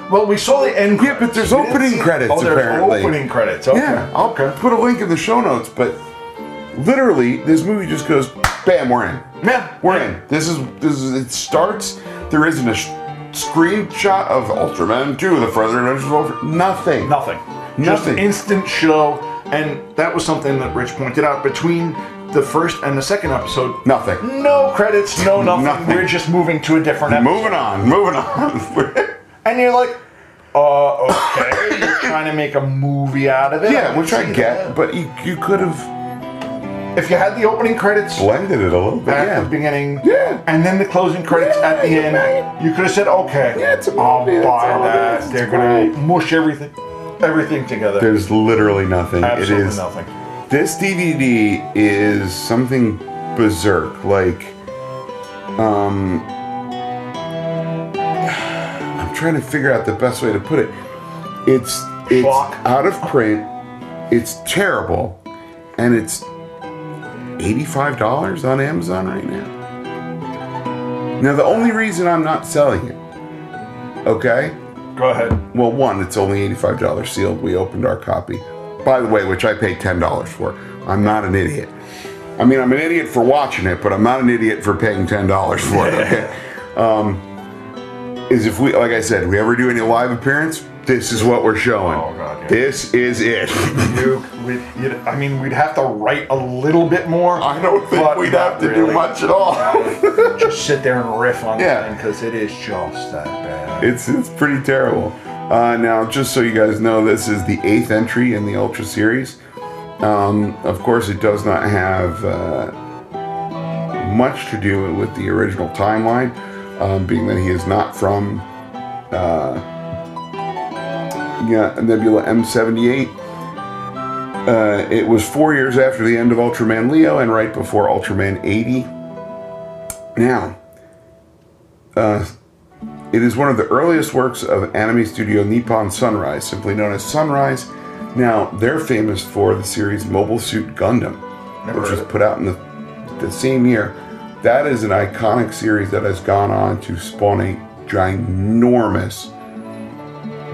Speaker 2: Well, we saw the end.
Speaker 1: Yeah, but there's
Speaker 2: We didn't
Speaker 1: opening
Speaker 2: see-
Speaker 1: credits,
Speaker 2: Oh, there's
Speaker 1: apparently.
Speaker 2: opening credits. Okay.
Speaker 1: Yeah, I'll put a link in the show notes, but literally, this movie just goes, bam, we're in.
Speaker 2: Yeah,
Speaker 1: We're in. This is this is it starts. There isn't a sh- screenshot of Ultraman 2, the further adventures of Ultraman. Nothing.
Speaker 2: Nothing. Just
Speaker 1: Nothing.
Speaker 2: instant show, and that was something that Rich pointed out between the first and the second episode.
Speaker 1: Nothing.
Speaker 2: No credits, no nothing.
Speaker 1: Nothing.
Speaker 2: We're just moving to a different episode.
Speaker 1: Moving on. Moving on.
Speaker 2: And you're like, uh, okay, you're trying to make a movie out of it.
Speaker 1: yeah,
Speaker 2: can
Speaker 1: which I
Speaker 2: see
Speaker 1: get,
Speaker 2: that.
Speaker 1: but you, you could have
Speaker 2: if you had the opening credits
Speaker 1: blended it a little bit.
Speaker 2: at the
Speaker 1: Yeah.
Speaker 2: beginning,
Speaker 1: Yeah.
Speaker 2: and then the closing credits
Speaker 1: Yeah,
Speaker 2: at the
Speaker 1: you're
Speaker 2: end,
Speaker 1: right.
Speaker 2: you could have said, okay,
Speaker 1: Yeah, it's a
Speaker 2: I'll
Speaker 1: movie, that's
Speaker 2: buy
Speaker 1: all it
Speaker 2: that.
Speaker 1: is,
Speaker 2: They're
Speaker 1: it's
Speaker 2: gonna
Speaker 1: great.
Speaker 2: mush everything, everything together.
Speaker 1: There's literally nothing.
Speaker 2: Absolutely
Speaker 1: it is
Speaker 2: nothing.
Speaker 1: this DVD is something berserk. Like, um, I'm trying to figure out the best way to put it. It's it's
Speaker 2: Schlock.
Speaker 1: out of print. It's terrible, and it's eighty-five dollars on Amazon right now. Now, the only reason I'm not selling it, okay,
Speaker 2: Go ahead.
Speaker 1: well, one, it's only eighty-five dollars sealed. We opened our copy, by the way, which I paid ten dollars for. I'm not an idiot. I mean, I'm an idiot for watching it, but I'm not an idiot for paying ten dollars for it. Okay. Um, is if we, like I said, we ever do any live appearance, this is what we're showing.
Speaker 2: Oh, God, yeah.
Speaker 1: This is it.
Speaker 2: You, we'd, you'd, I mean, we'd have to write a little bit more.
Speaker 1: I don't think
Speaker 2: but
Speaker 1: we'd
Speaker 2: not
Speaker 1: have to do
Speaker 2: really.
Speaker 1: much at all.
Speaker 2: Just sit there and riff on
Speaker 1: Yeah.
Speaker 2: yeah. because it is just that bad.
Speaker 1: It's it's pretty terrible. Uh, now, just so you guys know, this is the eighth entry in the Ultra series. Um, of course, it does not have uh, much to do with the original timeline, um, being that he is not from uh, yeah, Nebula M78. Uh, it was four years after the end of Ultraman Leo and right before Ultraman 80. Now, uh, it is one of the earliest works of anime studio Nippon Sunrise, simply known as Sunrise. Now, they're famous for the series Mobile Suit Gundam,
Speaker 2: Never
Speaker 1: which was
Speaker 2: heard of it.
Speaker 1: put out in the, the same year. That is an iconic series that has gone on to spawn a ginormous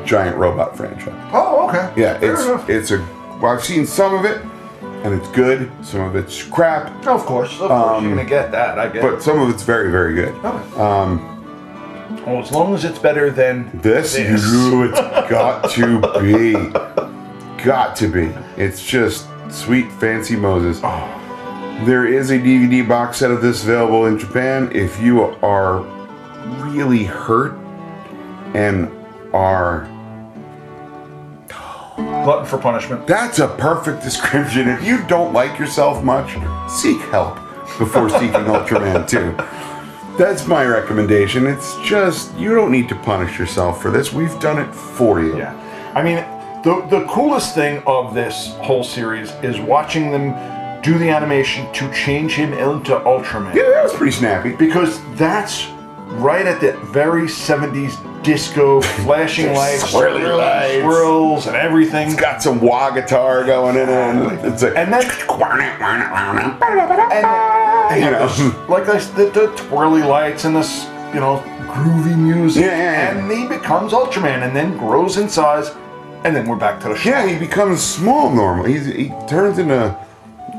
Speaker 1: giant robot franchise.
Speaker 2: Oh, okay.
Speaker 1: Yeah,
Speaker 2: Fair
Speaker 1: it's
Speaker 2: enough.
Speaker 1: it's a well, I've seen some of it and it's good, some of it's crap,
Speaker 2: Of course, of course, you're gonna get that. I get.
Speaker 1: but some of it's very very good.
Speaker 2: it. um, well, as long as it's better than
Speaker 1: This, you, it's got to be. Got to be. It's just sweet, fancy Moses.
Speaker 2: Oh.
Speaker 1: There is a DVD box set of this available in Japan. If you are really hurt and are.
Speaker 2: glutton for punishment.
Speaker 1: That's a perfect description. If you don't like yourself much, seek help before seeking Ultraman 2. That's my recommendation. It's just, you don't need to punish yourself for this. We've done it for you.
Speaker 2: Yeah, I mean, the the coolest thing of this whole series is watching them do the animation to change him into Ultraman.
Speaker 1: Yeah, that was pretty snappy.
Speaker 2: because that's right at that very 70s disco flashing lights,
Speaker 1: swirly
Speaker 2: swirls,
Speaker 1: lights.
Speaker 2: swirls, and everything.
Speaker 1: It's got some wah guitar going in it. It's like,
Speaker 2: And then- and they
Speaker 1: You
Speaker 2: have
Speaker 1: know.
Speaker 2: this- like this, the, the twirly lights and this, you know, groovy music.
Speaker 1: Yeah, yeah, yeah.
Speaker 2: And he becomes Ultraman and then grows in size, and then we're back to the show.
Speaker 1: yeah, he becomes small normal. He's, he turns into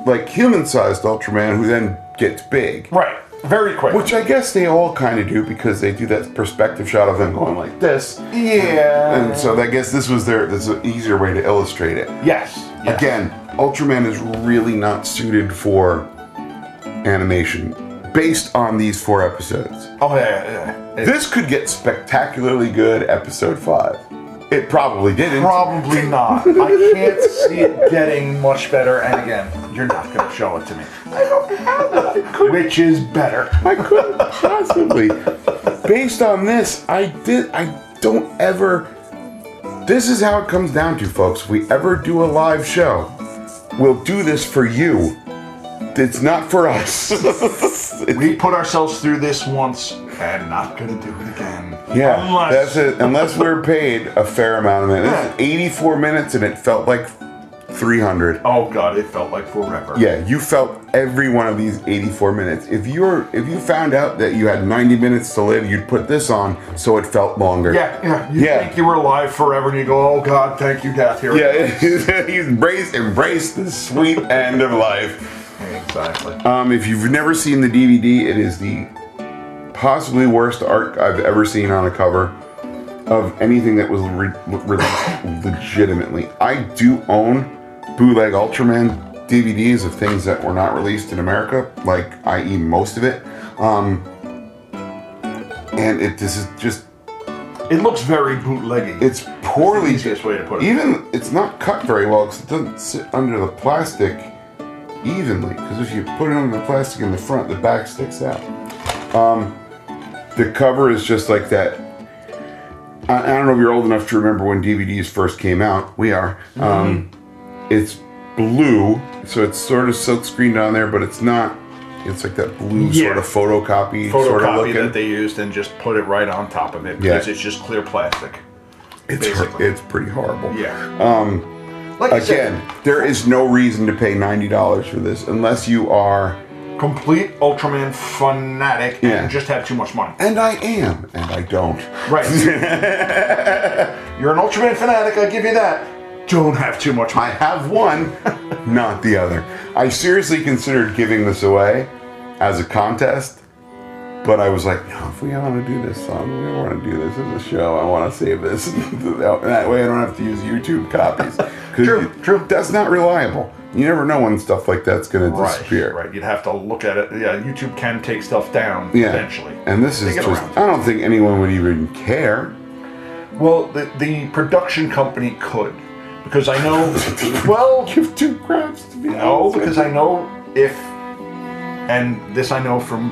Speaker 1: like human-sized Ultraman, who then gets big.
Speaker 2: Right, very quick.
Speaker 1: Which I guess they all kind of do because they do that perspective shot of him going like this,
Speaker 2: yeah.
Speaker 1: and so I guess this was their this is an easier way to illustrate it.
Speaker 2: yes, yes.
Speaker 1: Again, Ultraman is really not suited for animation, based on these four episodes.
Speaker 2: Oh, yeah, yeah, yeah. It-
Speaker 1: This could get spectacularly good episode five. It probably didn't.
Speaker 2: Probably not. I can't see it getting much better. And again, you're not going to show it to me. Which is better?
Speaker 1: I couldn't possibly. Based on this, I did I don't ever This is how it comes down to, folks. If we ever do a live show, we'll do this for you. It's not for us.
Speaker 2: We put ourselves through this once and not going to do it again.
Speaker 1: yeah,
Speaker 2: Unless
Speaker 1: that's it. Unless we're paid a fair amount of minutes. This is 84 minutes and it felt like 300.
Speaker 2: Oh god, it felt like forever.
Speaker 1: Yeah, you felt every one of these 84 minutes. If you're if you found out that you had 90 minutes to live, you'd put this on so it felt longer.
Speaker 2: Yeah, yeah. You
Speaker 1: Yeah.
Speaker 2: think you were alive forever and you go, oh god, thank you, death here.
Speaker 1: Yeah, he's embraced embraced the sweet end of life.
Speaker 2: Exactly.
Speaker 1: Um, if you've never seen the DVD, it is the possibly worst art I've ever seen on a cover of anything that was re- released legitimately. I do own bootleg Ultraman DVDs of things that were not released in America, like i.e. most of it. Um, and it this is just
Speaker 2: It looks very bootleggy.
Speaker 1: it's poorly
Speaker 2: That's the easiest way to put it.
Speaker 1: even it's not cut very well because it doesn't sit under the plastic evenly because if you put it under the plastic in the front the back sticks out um, the cover is just like that I, I don't know if you're old enough to remember when dvds first came out we are
Speaker 2: Mm-hmm.
Speaker 1: um, it's blue so it's sort of silk screened on there but it's not it's like that blue sort
Speaker 2: Yeah.
Speaker 1: of photocopy,
Speaker 2: Photocopy
Speaker 1: sort of looking
Speaker 2: that they used and just put it right on top of it
Speaker 1: Yeah.
Speaker 2: because it's just clear plastic.
Speaker 1: it's,
Speaker 2: basically.
Speaker 1: it's pretty horrible
Speaker 2: Yeah. Um like I
Speaker 1: Again,
Speaker 2: said,
Speaker 1: there is no reason to pay ninety dollars for this unless you are,
Speaker 2: complete Ultraman fanatic
Speaker 1: Yeah.
Speaker 2: and just have too much money.
Speaker 1: and I am, and I don't.
Speaker 2: Right. You're an Ultraman fanatic, I give you that. Don't have too much
Speaker 1: I
Speaker 2: money.
Speaker 1: have one, not the other. I seriously considered giving this away as a contest, but I was like, no, if we want to do this song, we want to do this as a show. I want to save this. that way, I don't have to use YouTube copies. 'Cause
Speaker 2: True,
Speaker 1: you-
Speaker 2: true.
Speaker 1: That's not reliable. You never know when stuff like that's going to
Speaker 2: Right,
Speaker 1: disappear.
Speaker 2: right. You'd have to look at it. Yeah, YouTube can take stuff down
Speaker 1: Yeah.
Speaker 2: eventually.
Speaker 1: And this
Speaker 2: They
Speaker 1: is
Speaker 2: get
Speaker 1: just,
Speaker 2: around to
Speaker 1: I don't think anyone would even care.
Speaker 2: Well, the, the production company could because I know. well,
Speaker 1: Give two craps to be
Speaker 2: no,
Speaker 1: honest with
Speaker 2: because
Speaker 1: you.
Speaker 2: I know if, and this I know from,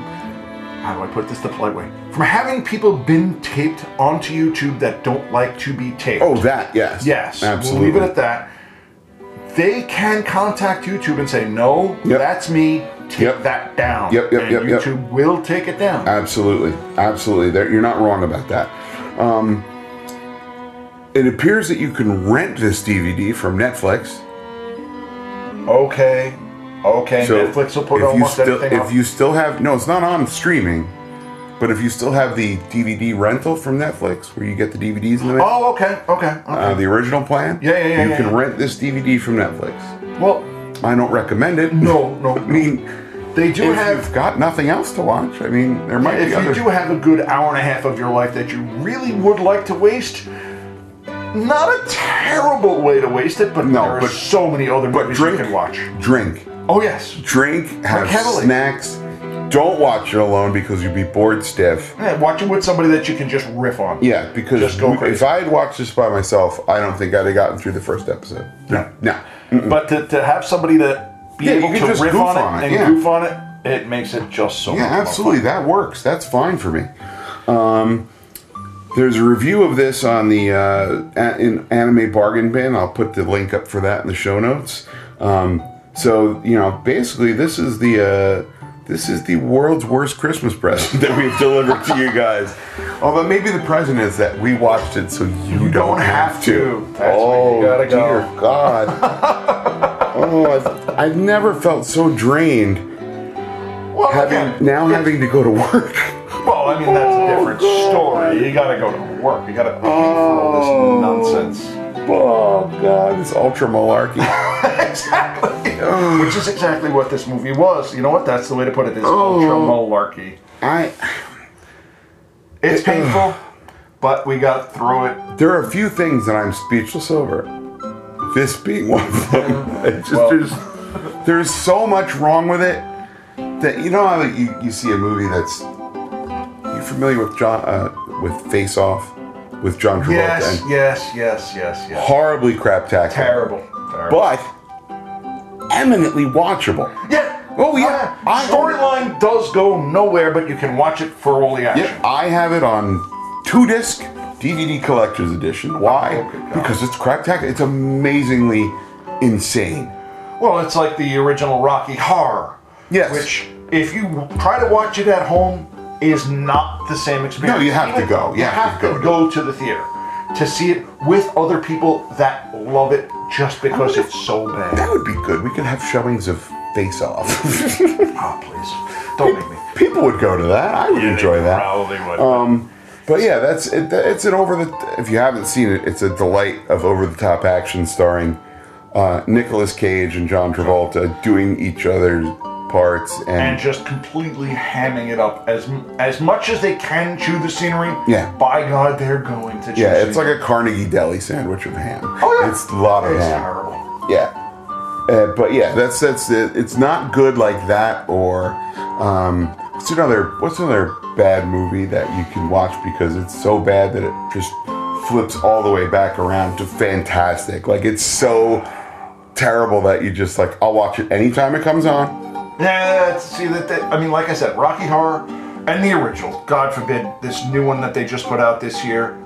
Speaker 2: how do I put this the polite way? From having people been taped onto YouTube that don't like to be taped.
Speaker 1: Oh, that yes.
Speaker 2: yes.
Speaker 1: absolutely.
Speaker 2: We'll leave it at that. They can contact YouTube and say, no,
Speaker 1: Yep.
Speaker 2: that's me. Take
Speaker 1: Yep.
Speaker 2: that down.
Speaker 1: Yep, yep,
Speaker 2: and
Speaker 1: yep, Uh, yep.
Speaker 2: YouTube will take it down.
Speaker 1: Absolutely, absolutely. There, you're not wrong about that. Um, it appears that you can rent this DVD from Netflix.
Speaker 2: okay. Okay.
Speaker 1: So
Speaker 2: Netflix will put
Speaker 1: if you
Speaker 2: almost
Speaker 1: still,
Speaker 2: everything
Speaker 1: if
Speaker 2: up.
Speaker 1: you still have no, it's not on streaming, but if you still have the DVD rental from Netflix, where you get the DVDs in the mail,
Speaker 2: oh, okay. Okay. okay.
Speaker 1: uh, the original plan,
Speaker 2: Yeah, yeah, yeah,
Speaker 1: you
Speaker 2: yeah,
Speaker 1: can
Speaker 2: yeah.
Speaker 1: rent this DVD from Netflix.
Speaker 2: well,
Speaker 1: I don't recommend it.
Speaker 2: no, no.
Speaker 1: I mean,
Speaker 2: they do
Speaker 1: if
Speaker 2: have
Speaker 1: you've got nothing else to watch, I mean, there might
Speaker 2: If
Speaker 1: be
Speaker 2: you
Speaker 1: other.
Speaker 2: do have a good hour and a half of your life that you really would like to waste, not a terrible way to waste it, but
Speaker 1: No,
Speaker 2: there
Speaker 1: but-
Speaker 2: are so many other movies
Speaker 1: drink-
Speaker 2: you can watch.
Speaker 1: drink,
Speaker 2: Oh yes,
Speaker 1: drink, have
Speaker 2: heavily.
Speaker 1: snacks. Don't watch it alone because you'd be bored stiff.
Speaker 2: yeah, watch it with somebody that you can just riff on.
Speaker 1: Yeah, because
Speaker 2: Just go
Speaker 1: w-
Speaker 2: crazy.
Speaker 1: if I had watched this by myself, I don't think I'd have gotten through the first episode.
Speaker 2: No.
Speaker 1: no.
Speaker 2: But to, to have somebody that be
Speaker 1: Yeah, you
Speaker 2: able
Speaker 1: can
Speaker 2: to
Speaker 1: just
Speaker 2: riff
Speaker 1: goof
Speaker 2: on,
Speaker 1: on
Speaker 2: it
Speaker 1: it,
Speaker 2: and
Speaker 1: yeah.
Speaker 2: goof on it, it makes it just so. much
Speaker 1: Yeah,
Speaker 2: more
Speaker 1: absolutely. That works. That's fine for me. Um, there's a review of this on the uh, a- in Anime Bargain Bin. I'll put the link up for that in the show notes. Um, so you know, basically, this is the uh, this is the world's worst Christmas present that we've delivered to you guys. Although maybe the present is that we watched it, so you,
Speaker 2: don't have to. That's where you gotta go.
Speaker 1: Oh, dear God. oh, I've, I've never felt so drained
Speaker 2: fun. Well,
Speaker 1: having
Speaker 2: again,
Speaker 1: now having to go to work.
Speaker 2: well, I mean that's a different
Speaker 1: Oh, God.
Speaker 2: story. You got to go to work. You got to pay for all this nonsense.
Speaker 1: Oh god, it's ultra malarkey.
Speaker 2: exactly. Which is exactly what this movie was. You know what? That's the way to put it. It's
Speaker 1: Oh.
Speaker 2: ultra malarkey.
Speaker 1: I
Speaker 2: It's painful, but we got through it.
Speaker 1: there are a few things that I'm speechless over. This being one of them. It just,
Speaker 2: Uh-huh. Well-
Speaker 1: there's there's so much wrong with it that you know how you, you see a movie that's you familiar with John uh, with Face Off with John Travolta
Speaker 2: Yes,
Speaker 1: and
Speaker 2: yes, yes, yes, yes.
Speaker 1: horribly crap tack.
Speaker 2: Terrible. Terrible.
Speaker 1: But eminently watchable.
Speaker 2: yeah. Ah,
Speaker 1: Oh, yeah. I-
Speaker 2: Storyline does go nowhere, but you can watch it for all the action.
Speaker 1: Yep, I have it on two disc DVD collector's edition. Why?
Speaker 2: Oh, good God.
Speaker 1: because it's crack tack. It's amazingly insane.
Speaker 2: Well, it's like the original Rocky Horror.
Speaker 1: Yes.
Speaker 2: Which, if you try to watch it at home, is not the same experience.
Speaker 1: No, you have to go. You
Speaker 2: You
Speaker 1: have
Speaker 2: have,
Speaker 1: to
Speaker 2: to, go. to the theater to see it with other people that love it just because it's so bad.
Speaker 1: That would be good. We could have showings of Face Off.
Speaker 2: Ah, please. Don't make me.
Speaker 1: People would go to that. I would enjoy that. Um,
Speaker 2: Probably would.
Speaker 1: But yeah, that's it, it's an over the. If you haven't seen it, it's a delight of over the top action starring uh, Nicolas Cage and John Travolta doing each other's parts and,
Speaker 2: and just completely hamming it up as as much as they can chew the scenery.
Speaker 1: Yeah.
Speaker 2: By God, they're going to. Chew
Speaker 1: yeah, it's like a Carnegie deli sandwich of ham.
Speaker 2: Oh, yeah.
Speaker 1: it's a lot of
Speaker 2: It's
Speaker 1: ham.
Speaker 2: terrible.
Speaker 1: Yeah. Uh, but yeah, that's that's it. It's not good like that. Or um, what's another what's another bad movie that you can watch because it's so bad that it just flips all the way back around to fantastic. Like it's so terrible that you just like I'll watch it anytime it comes on.
Speaker 2: Yeah, see that, that. I mean, like I said, Rocky Horror and the original. God forbid, this new one that they just put out this year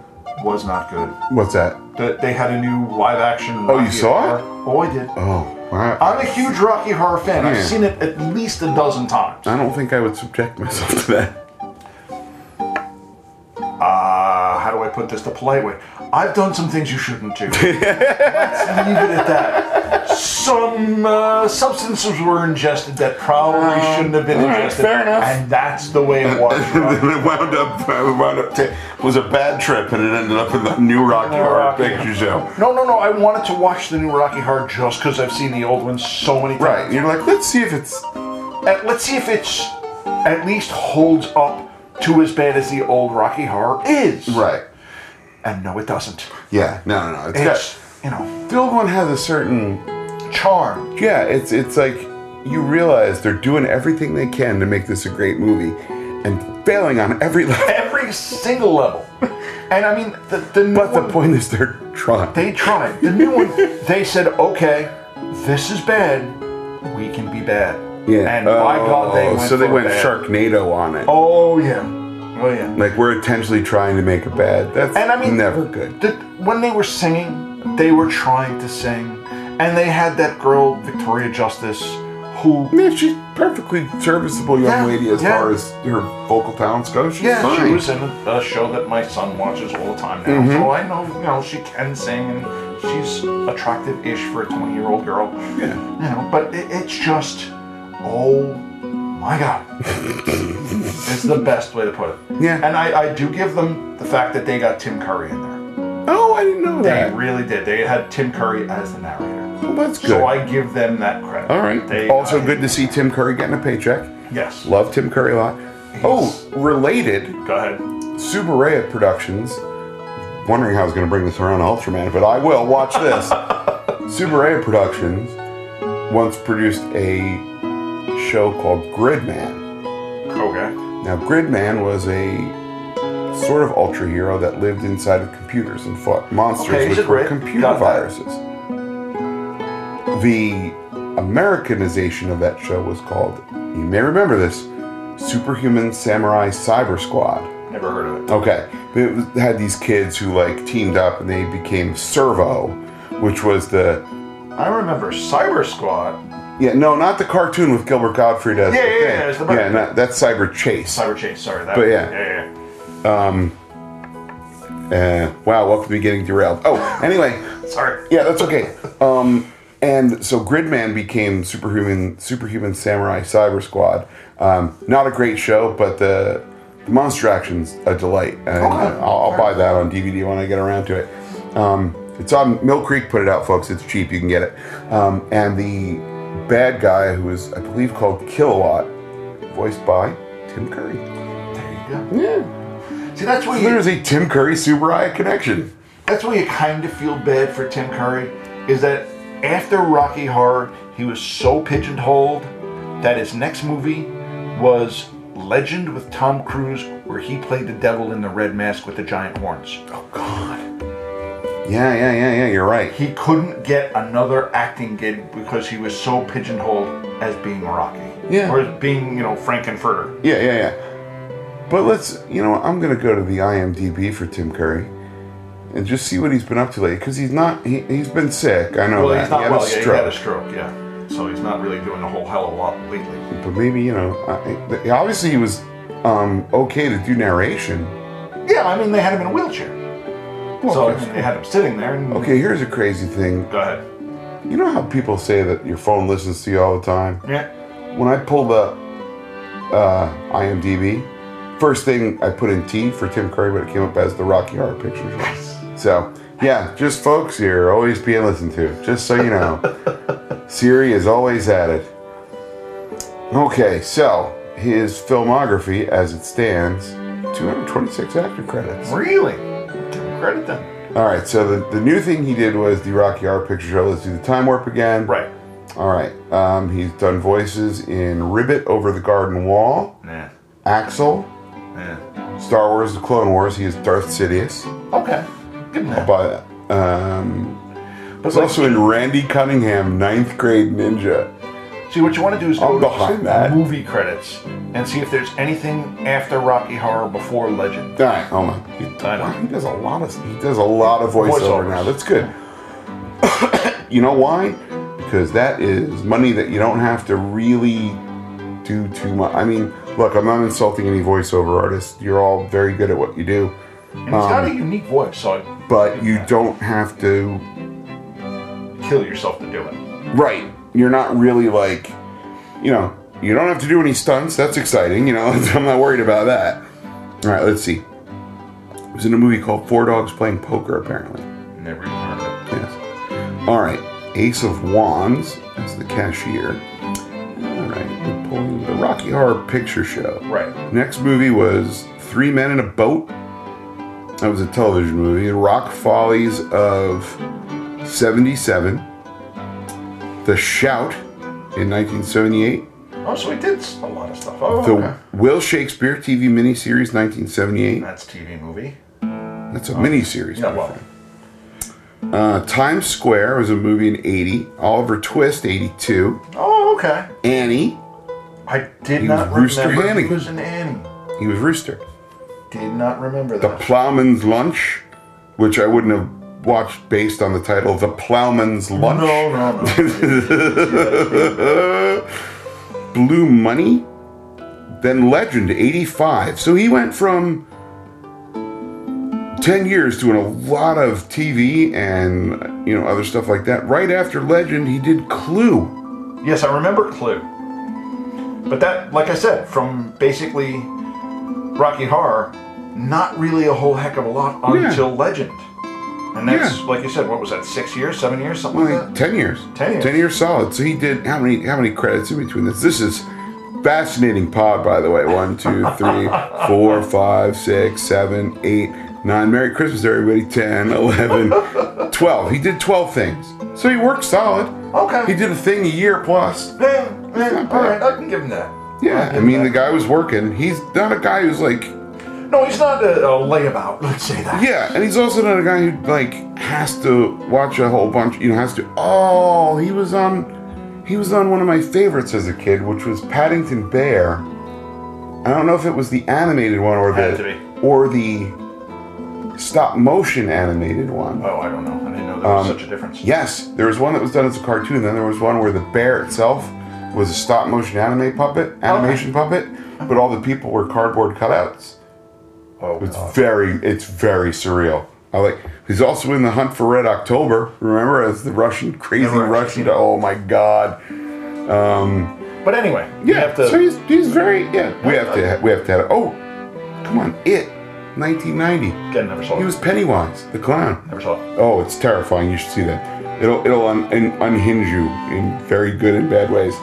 Speaker 2: was not good.
Speaker 1: What's that?
Speaker 2: That they had a new live action.
Speaker 1: you saw it?
Speaker 2: Oh, I did.
Speaker 1: Oh, wow. I,
Speaker 2: I'm a huge Rocky Horror fan.
Speaker 1: Yeah. Uh-huh.
Speaker 2: I've seen it at least a dozen times.
Speaker 1: I don't think I would subject myself to that.
Speaker 2: Uh, how do I put this the polite way? I've done some things you shouldn't do. Let's leave it at that. Some uh, substances were ingested that probably shouldn't have been
Speaker 1: Um, all right,
Speaker 2: ingested.
Speaker 1: fair enough.
Speaker 2: And that's the way it was. Rocky
Speaker 1: it wound up, it wound up ta- was a bad trip, and it ended up in the new Rocky
Speaker 2: New
Speaker 1: Horror
Speaker 2: Rocky.
Speaker 1: Picture Show.
Speaker 2: No, no, no. I wanted to watch the new Rocky Horror just because I've seen the old one so many
Speaker 1: Right.
Speaker 2: times.
Speaker 1: You're like, let's see if it's.
Speaker 2: And let's see if it's at least holds up to as bad as the old Rocky Horror is.
Speaker 1: Right.
Speaker 2: And no, it doesn't.
Speaker 1: Yeah. No, no, no. It's
Speaker 2: It's,
Speaker 1: got.
Speaker 2: you know,
Speaker 1: The old one has a certain.
Speaker 2: charm.
Speaker 1: Yeah, it's it's like you realize they're doing everything they can to make this a great movie and failing on every level.
Speaker 2: Every single level. And I mean, the, the new
Speaker 1: But the
Speaker 2: one-
Speaker 1: point is, they're trying.
Speaker 2: they tried. The new one, they said, okay, this is bad. We can be bad.
Speaker 1: yeah.
Speaker 2: And by God, they
Speaker 1: Oh,
Speaker 2: went
Speaker 1: so they
Speaker 2: for
Speaker 1: went
Speaker 2: bad.
Speaker 1: Sharknado on it.
Speaker 2: Oh yeah. Oh yeah.
Speaker 1: Like we're intentionally trying to make it bad. That's
Speaker 2: And I mean,
Speaker 1: never good.
Speaker 2: The, when they were singing, they were trying to sing, and they had that girl Victoria Justice, who
Speaker 1: Yeah, she's perfectly serviceable young
Speaker 2: Yeah,
Speaker 1: lady as
Speaker 2: yeah.
Speaker 1: far as her vocal talents go. She's
Speaker 2: yeah,
Speaker 1: fine. Mm-hmm.
Speaker 2: she was in a show that my son watches all the time now. So I know, you know, she can sing, and she's attractive-ish for a twenty-year-old girl.
Speaker 1: yeah.
Speaker 2: You know, but it, it's just, oh my god, it's the best way to put it.
Speaker 1: Yeah.
Speaker 2: and I, I do give them the fact that they got Tim Curry in there.
Speaker 1: Oh, I didn't know
Speaker 2: They
Speaker 1: that.
Speaker 2: really did. They had Tim Curry as the narrator.
Speaker 1: Well, that's good.
Speaker 2: So I give them that credit.
Speaker 1: All right.
Speaker 2: They-
Speaker 1: also,
Speaker 2: I-
Speaker 1: good to see Tim Curry getting a paycheck.
Speaker 2: Yes.
Speaker 1: Love Tim Curry a lot. Oh, related,
Speaker 2: Go ahead.
Speaker 1: Subaraya Productions. Wondering how I was going to bring this around to Ultraman, but I will. Watch this. Subaraya Productions once produced a show called Gridman.
Speaker 2: Okay.
Speaker 1: Now, Gridman was a sort of ultra hero that lived inside of computers and fought monsters,
Speaker 2: Okay, is
Speaker 1: which
Speaker 2: it
Speaker 1: were
Speaker 2: Grid?
Speaker 1: computer
Speaker 2: Got that.
Speaker 1: viruses. The Americanization of that show was called, you may remember this, Superhuman Samurai Cyber Squad.
Speaker 2: Never heard of it.
Speaker 1: Okay. It was, had these kids who like teamed up and they became Servo, which was the
Speaker 2: I remember Cyber Squad,
Speaker 1: yeah no not the cartoon with Gilbert Gottfried as
Speaker 2: Yeah,
Speaker 1: the
Speaker 2: yeah,
Speaker 1: thing.
Speaker 2: yeah, it's the-
Speaker 1: yeah not, that's Cyber Chase.
Speaker 2: Cyber Chase. Sorry, that.
Speaker 1: But yeah.
Speaker 2: yeah, yeah.
Speaker 1: Uh, wow, welcome to be getting derailed. Oh, anyway,
Speaker 2: Sorry.
Speaker 1: yeah, that's okay. Um, and so Gridman became superhuman superhuman samurai cyber squad. Um, not a great show, but the, the monster action's a delight. And I'll, I'll buy that on DVD when I get around to it. Um, it's on Mill Creek. Put it out, folks. It's cheap. You can get it. Um, and the bad guy, who is I believe called Kilowatt, voiced by Tim Curry.
Speaker 2: There you
Speaker 1: Yeah,
Speaker 2: go. See, that's where you,
Speaker 1: there's a Tim Curry Subaraya connection.
Speaker 2: that's where you kind of feel bad for Tim Curry, is that after Rocky Horror, he was so pigeonholed that his next movie was Legend with Tom Cruise, where he played the devil in the red mask with the giant horns.
Speaker 1: Oh God. Yeah, yeah, yeah, yeah. You're right.
Speaker 2: He couldn't get another acting gig because he was so pigeonholed as being Rocky.
Speaker 1: Yeah.
Speaker 2: Or as being, you know, Frankenfurter.
Speaker 1: Yeah, yeah, yeah. But let's, you know, I'm gonna go to the IMDb for Tim Curry, and just see what he's been up to lately. Because he's not, he, he's been sick. I know
Speaker 2: Well,
Speaker 1: that.
Speaker 2: he's not
Speaker 1: he had a
Speaker 2: well. yeah,
Speaker 1: stroke.
Speaker 2: he had a stroke, yeah. So he's not really doing a whole hell of a lot lately.
Speaker 1: but maybe you know, I, I- obviously he was um, okay to do narration.
Speaker 2: Yeah, I mean, they had him in a wheelchair. so
Speaker 1: okay.
Speaker 2: they had him sitting there. And,
Speaker 1: Okay, here's a crazy thing.
Speaker 2: Go ahead.
Speaker 1: You know how people say that your phone listens to you all the time?
Speaker 2: Yeah.
Speaker 1: When I pulled up uh, IMDb, first thing I put in T for Tim Curry, but it came up as the Rocky Horror Picture Show. So, yeah, just folks here, always being listened to, just so you know. Siri is always at it. Okay, so his filmography as it stands 226 actor credits.
Speaker 2: Really? Give him credit then.
Speaker 1: All right, so the, the new thing he did was the Rocky Horror Picture Show. Let's do the time warp again.
Speaker 2: Right.
Speaker 1: All right, um, he's done voices in Ribbit Over the Garden Wall,
Speaker 2: Nah.
Speaker 1: Axel,
Speaker 2: Nah.
Speaker 1: Star Wars The Clone Wars. He is Darth Sidious.
Speaker 2: Okay. Give him that.
Speaker 1: But, um,
Speaker 2: But
Speaker 1: It's also in Randy Cunningham, ninth grade ninja.
Speaker 2: See, what you want to do is
Speaker 1: I'm
Speaker 2: go to
Speaker 1: behind that.
Speaker 2: movie credits and see if there's anything after Rocky Horror before Legend.
Speaker 1: Alright, hold on. He,
Speaker 2: I know.
Speaker 1: wow, oh he does a lot of he does a lot of voiceover
Speaker 2: Voiceovers.
Speaker 1: now. That's good. you know why? Because that is money that you don't have to really do too much. I mean, look, I'm not insulting any voiceover artists. You're all very good at what you do,
Speaker 2: And he's got a unique voice, so I'd
Speaker 1: but you don't have to.
Speaker 2: kill yourself to do it.
Speaker 1: Right? You're not really like, you know, you don't have to do any stunts. That's exciting. You know, I'm not worried about that. All right, let's see. It was in a movie called Four Dogs Playing Poker, apparently.
Speaker 2: Never even heard of it.
Speaker 1: Yes. All right. Ace of Wands as the cashier. All right. We're pulling the Rocky Horror Picture Show.
Speaker 2: Right.
Speaker 1: Next movie was Three Men in a Boat. That was a television movie. Rock Follies of 77. The Shout in 1978.
Speaker 2: Oh, so he did a lot of stuff. Oh,
Speaker 1: The
Speaker 2: okay.
Speaker 1: Will Shakespeare TV miniseries 1978.
Speaker 2: That's TV movie.
Speaker 1: That's a mini series.
Speaker 2: Oh. Yeah, well.
Speaker 1: Uh, Times Square was a movie in 80. Oliver Twist, 82.
Speaker 2: Oh, okay.
Speaker 1: Annie,
Speaker 2: I did
Speaker 1: He was
Speaker 2: not
Speaker 1: Brewster
Speaker 2: remember
Speaker 1: Hannigan.
Speaker 2: he was an Annie.
Speaker 1: he was Rooster.
Speaker 2: Did not remember
Speaker 1: The
Speaker 2: that.
Speaker 1: Plowman's Lunch, which I wouldn't have watched based on the title, The Plowman's Lunch.
Speaker 2: no, no, no.
Speaker 1: Blue Money, then Legend, 85. So he went from 10 years doing a lot of TV and, you know, other stuff like that. Right after Legend, he did Clue.
Speaker 2: yes, I remember Clue. But that, like I said, from basically Rocky Horror, not really a whole heck of a lot
Speaker 1: Yeah.
Speaker 2: until Legend. And that's,
Speaker 1: Yeah.
Speaker 2: like you said, what was that, six years, seven years, something
Speaker 1: Only
Speaker 2: like that?
Speaker 1: ten years.
Speaker 2: 10 years.
Speaker 1: solid. So he did how many how many credits in between this? This is fascinating pod, by the way. One, two, three, four, five, six, seven, eight, nine. Merry Christmas, everybody. 10, 11, 12. He did 12 things. So he worked solid.
Speaker 2: Okay.
Speaker 1: He did a thing a year plus.
Speaker 2: Yeah, yeah,
Speaker 1: not
Speaker 2: all
Speaker 1: bad.
Speaker 2: right, I can give him that.
Speaker 1: Yeah, I mean, the guy was working. He's not a guy who's like,
Speaker 2: No, he's not a, a layabout, let's say that.
Speaker 1: yeah, and he's also not a guy who like has to watch a whole bunch. You know, has to. Oh, he was on, he was on one of my favorites as a kid, which was Paddington Bear. I don't know if it was the animated one or
Speaker 2: Had
Speaker 1: the
Speaker 2: to be.
Speaker 1: or the stop motion animated one.
Speaker 2: Oh, I don't know. I didn't know there
Speaker 1: Um,
Speaker 2: was such a difference.
Speaker 1: Yes, there was one that was done as a cartoon. Then there was one where the bear itself was a stop motion anime puppet, animation puppet, but all the people were cardboard cutouts.
Speaker 2: Oh,
Speaker 1: It's
Speaker 2: God.
Speaker 1: very, it's very surreal. I like. He's also in the Hunt for Red October. Remember, as the Russian crazy
Speaker 2: Never actually
Speaker 1: Russian.
Speaker 2: seen it.
Speaker 1: Oh my God!
Speaker 2: But anyway, you
Speaker 1: Yeah.
Speaker 2: have to.
Speaker 1: so he's, he's very yeah. We have to we have to have oh, come on! It, 1990.
Speaker 2: Again, never saw
Speaker 1: He
Speaker 2: it.
Speaker 1: was Pennywise the clown.
Speaker 2: never saw it.
Speaker 1: Oh, it's terrifying. You should see that. It'll it'll un, un, unhinge you in very good and bad ways.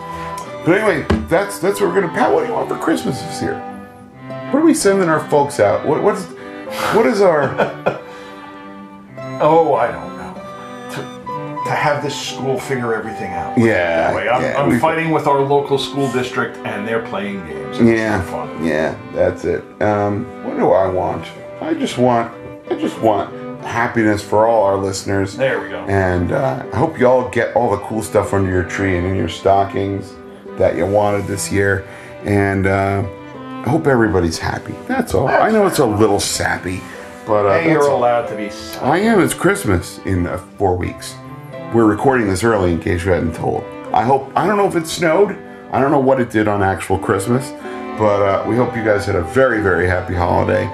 Speaker 1: But anyway, that's that's what we're gonna. Pat, what do you want for Christmas this year? What are we sending our folks out? What what's what is our
Speaker 2: Oh, I don't know. To, to have this school figure everything out.
Speaker 1: Yeah,
Speaker 2: That way, I'm,
Speaker 1: yeah,
Speaker 2: I'm
Speaker 1: we've-
Speaker 2: fighting with our local school district, and they're playing games. and
Speaker 1: Yeah.
Speaker 2: It's not fun.
Speaker 1: Yeah, that's it. Um, what do I want? I just want, I just want happiness for all our listeners.
Speaker 2: There we go.
Speaker 1: And uh, I hope you all get all the cool stuff under your tree and in your stockings that you wanted this year. And uh, I hope everybody's happy. That's all. I know it's a little sappy, but uh,
Speaker 2: Hey, you're
Speaker 1: that's all.
Speaker 2: allowed to be. sad.
Speaker 1: I am. It's Christmas in uh, four weeks. We're recording this early in case you hadn't told. I hope, I don't know if it snowed. I don't know what it did on actual Christmas, but uh, we hope you guys had a very, very happy holiday.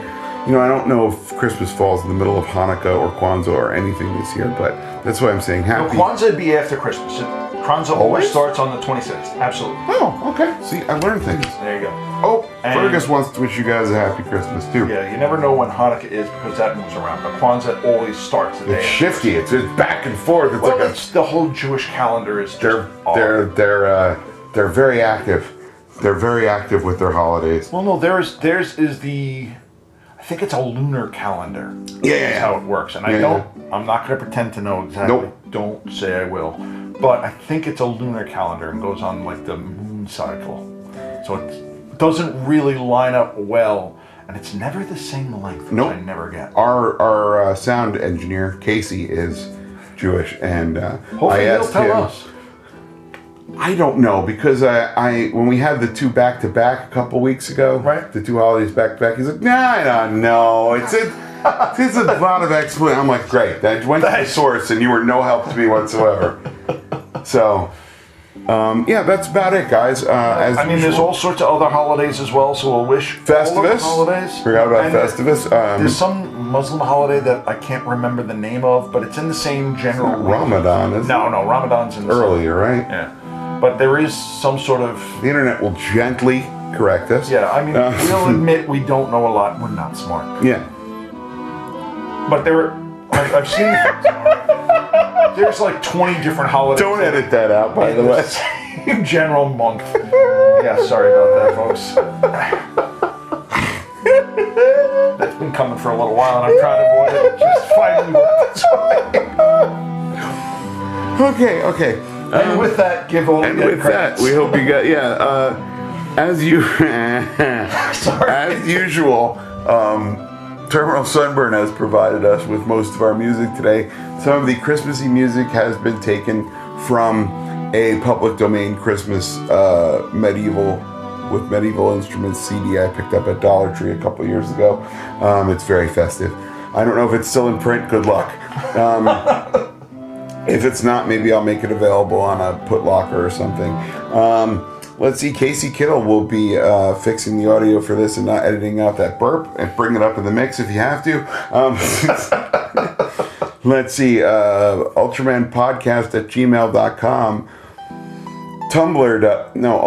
Speaker 1: You know, I don't know if Christmas falls in the middle of Hanukkah or Kwanzaa or anything this year, but that's why I'm saying
Speaker 2: No,
Speaker 1: happy.
Speaker 2: Kwanzaa would be after Christmas. It- Kwanzaa
Speaker 1: Always?
Speaker 2: always starts on the 26th. Absolutely.
Speaker 1: oh, okay. See, I learned things.
Speaker 2: There you go.
Speaker 1: Oh,
Speaker 2: And-
Speaker 1: Fergus wants to wish you guys a happy Christmas too.
Speaker 2: Yeah, you never know when Hanukkah is because that moves around. But Kwanzaa always starts the day.
Speaker 1: It's shifty. It's, it's back and forth. It's
Speaker 2: Well,
Speaker 1: like a
Speaker 2: it's the whole Jewish calendar is just
Speaker 1: they're
Speaker 2: off.
Speaker 1: they're they're uh, they're very active. They're very active with their holidays.
Speaker 2: Well, no, theirs theirs is the, I think it's a lunar calendar.
Speaker 1: Yeah.
Speaker 2: is how it works, and I
Speaker 1: Yeah,
Speaker 2: don't. I'm not going to pretend to know exactly.
Speaker 1: Nope.
Speaker 2: Don't say I will, but I think it's a lunar calendar and goes on like the moon cycle, so it doesn't really line up well, and it's never the same length. which
Speaker 1: Nope.
Speaker 2: I never get.
Speaker 1: Our our uh, sound engineer Casey is Jewish, and uh, I
Speaker 2: Hopefully, he'll
Speaker 1: asked
Speaker 2: tell
Speaker 1: him.
Speaker 2: us.
Speaker 1: I don't know because I, I when we had the two back to back a couple weeks ago,
Speaker 2: Right.
Speaker 1: The two holidays back to back. He's like, Nah, I don't know. It's a it's a lot of explanation. I'm like, great. I went to the
Speaker 2: Thanks.
Speaker 1: source, and you were no help to me whatsoever. so, um, yeah, that's about it, guys. Uh, as
Speaker 2: I mean,
Speaker 1: usual.
Speaker 2: there's all sorts of other holidays as well, so we'll wish all of the
Speaker 1: Festivus.
Speaker 2: holidays.
Speaker 1: Forgot about
Speaker 2: And
Speaker 1: Festivus. Um,
Speaker 2: There's some Muslim holiday that I can't remember the name of, but it's in the same general.
Speaker 1: not Ramadan, is
Speaker 2: No, no, Ramadan's in the same-
Speaker 1: earlier, right?
Speaker 2: Yeah, but there is some sort of.
Speaker 1: The internet will gently correct us.
Speaker 2: Yeah, I mean,
Speaker 1: Uh,
Speaker 2: we'll admit we don't know a lot. We're not smart,
Speaker 1: yeah.
Speaker 2: but there. I've, I've seen. there's like 20 different holidays.
Speaker 1: Don't edit that out, by the way.
Speaker 2: Same general month. yeah, sorry about that, folks. That's been coming for a little while, and I'm trying to avoid it. Just finally worked its way.
Speaker 1: Okay, okay.
Speaker 2: and with that, give all
Speaker 1: And
Speaker 2: the
Speaker 1: with that,
Speaker 2: credits.
Speaker 1: we hope you got yeah. Uh, as you
Speaker 2: Sorry.
Speaker 1: as usual, um, Terminal Sunburn has provided us with most of our music today. Some of the Christmassy music has been taken from a public domain Christmas uh, medieval with medieval instruments CD I picked up at Dollar Tree a couple years ago. Um, it's very festive. I don't know if it's still in print. Good luck. Um, if it's not, maybe I'll make it available on a put locker or something. Um, let's see. Casey Kittle will be uh, fixing the audio for this and not editing out that burp and bring it up in the mix if you have to. Um, let's see. Uh, Ultraman Podcast at gmail.com. Tumblr. dot- No,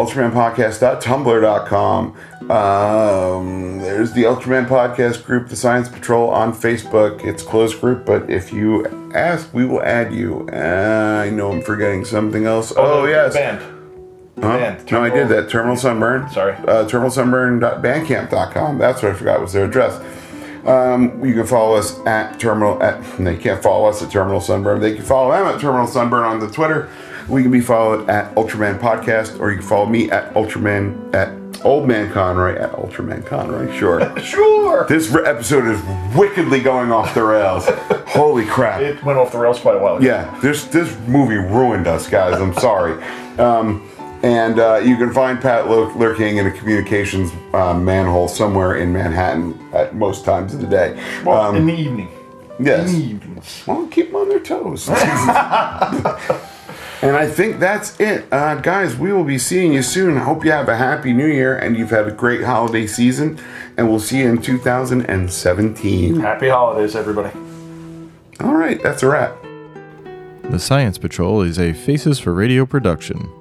Speaker 1: ultramanpodcast.tumblr.com. Um, there's the Ultraman Podcast group, the Science Patrol on Facebook. It's closed group, but if you ask, we will add you. Uh, I know I'm forgetting something else. Oh,
Speaker 2: the- the
Speaker 1: yes.
Speaker 2: Band. The
Speaker 1: Huh?
Speaker 2: band.
Speaker 1: No, I did
Speaker 2: Terminal-
Speaker 1: that. Terminal Sunburn.
Speaker 2: Sorry.
Speaker 1: Uh, TerminalSunburn.bandcamp.com. That's what I forgot was their address. Um, you can follow us at Terminal. At, no, you can't follow us at Terminal Sunburn. They can follow them at Terminal Sunburn on the Twitter. We can be followed at Ultraman Podcast, or you can follow me at Ultraman at Old Man Conroy at Ultraman Conroy. Sure.
Speaker 2: Sure.
Speaker 1: this re- episode is wickedly going off the rails. Holy crap!
Speaker 2: It went off the rails quite a while ago.
Speaker 1: yeah, this this movie ruined us, guys. I'm sorry. Um, and uh, you can find Pat lur- lurking in a communications uh, manhole somewhere in Manhattan at most times of the day.
Speaker 2: Well,
Speaker 1: Um,
Speaker 2: in the evening.
Speaker 1: yes.
Speaker 2: In the evenings.
Speaker 1: Well, keep them on their toes. and I think that's it. Uh, guys, we will be seeing you soon. I hope you have a happy new year and you've had a great holiday season. And we'll see you in 2017.
Speaker 2: Happy holidays, everybody.
Speaker 1: All right, that's a wrap.
Speaker 3: The Science Patrol is a Faces for Radio production.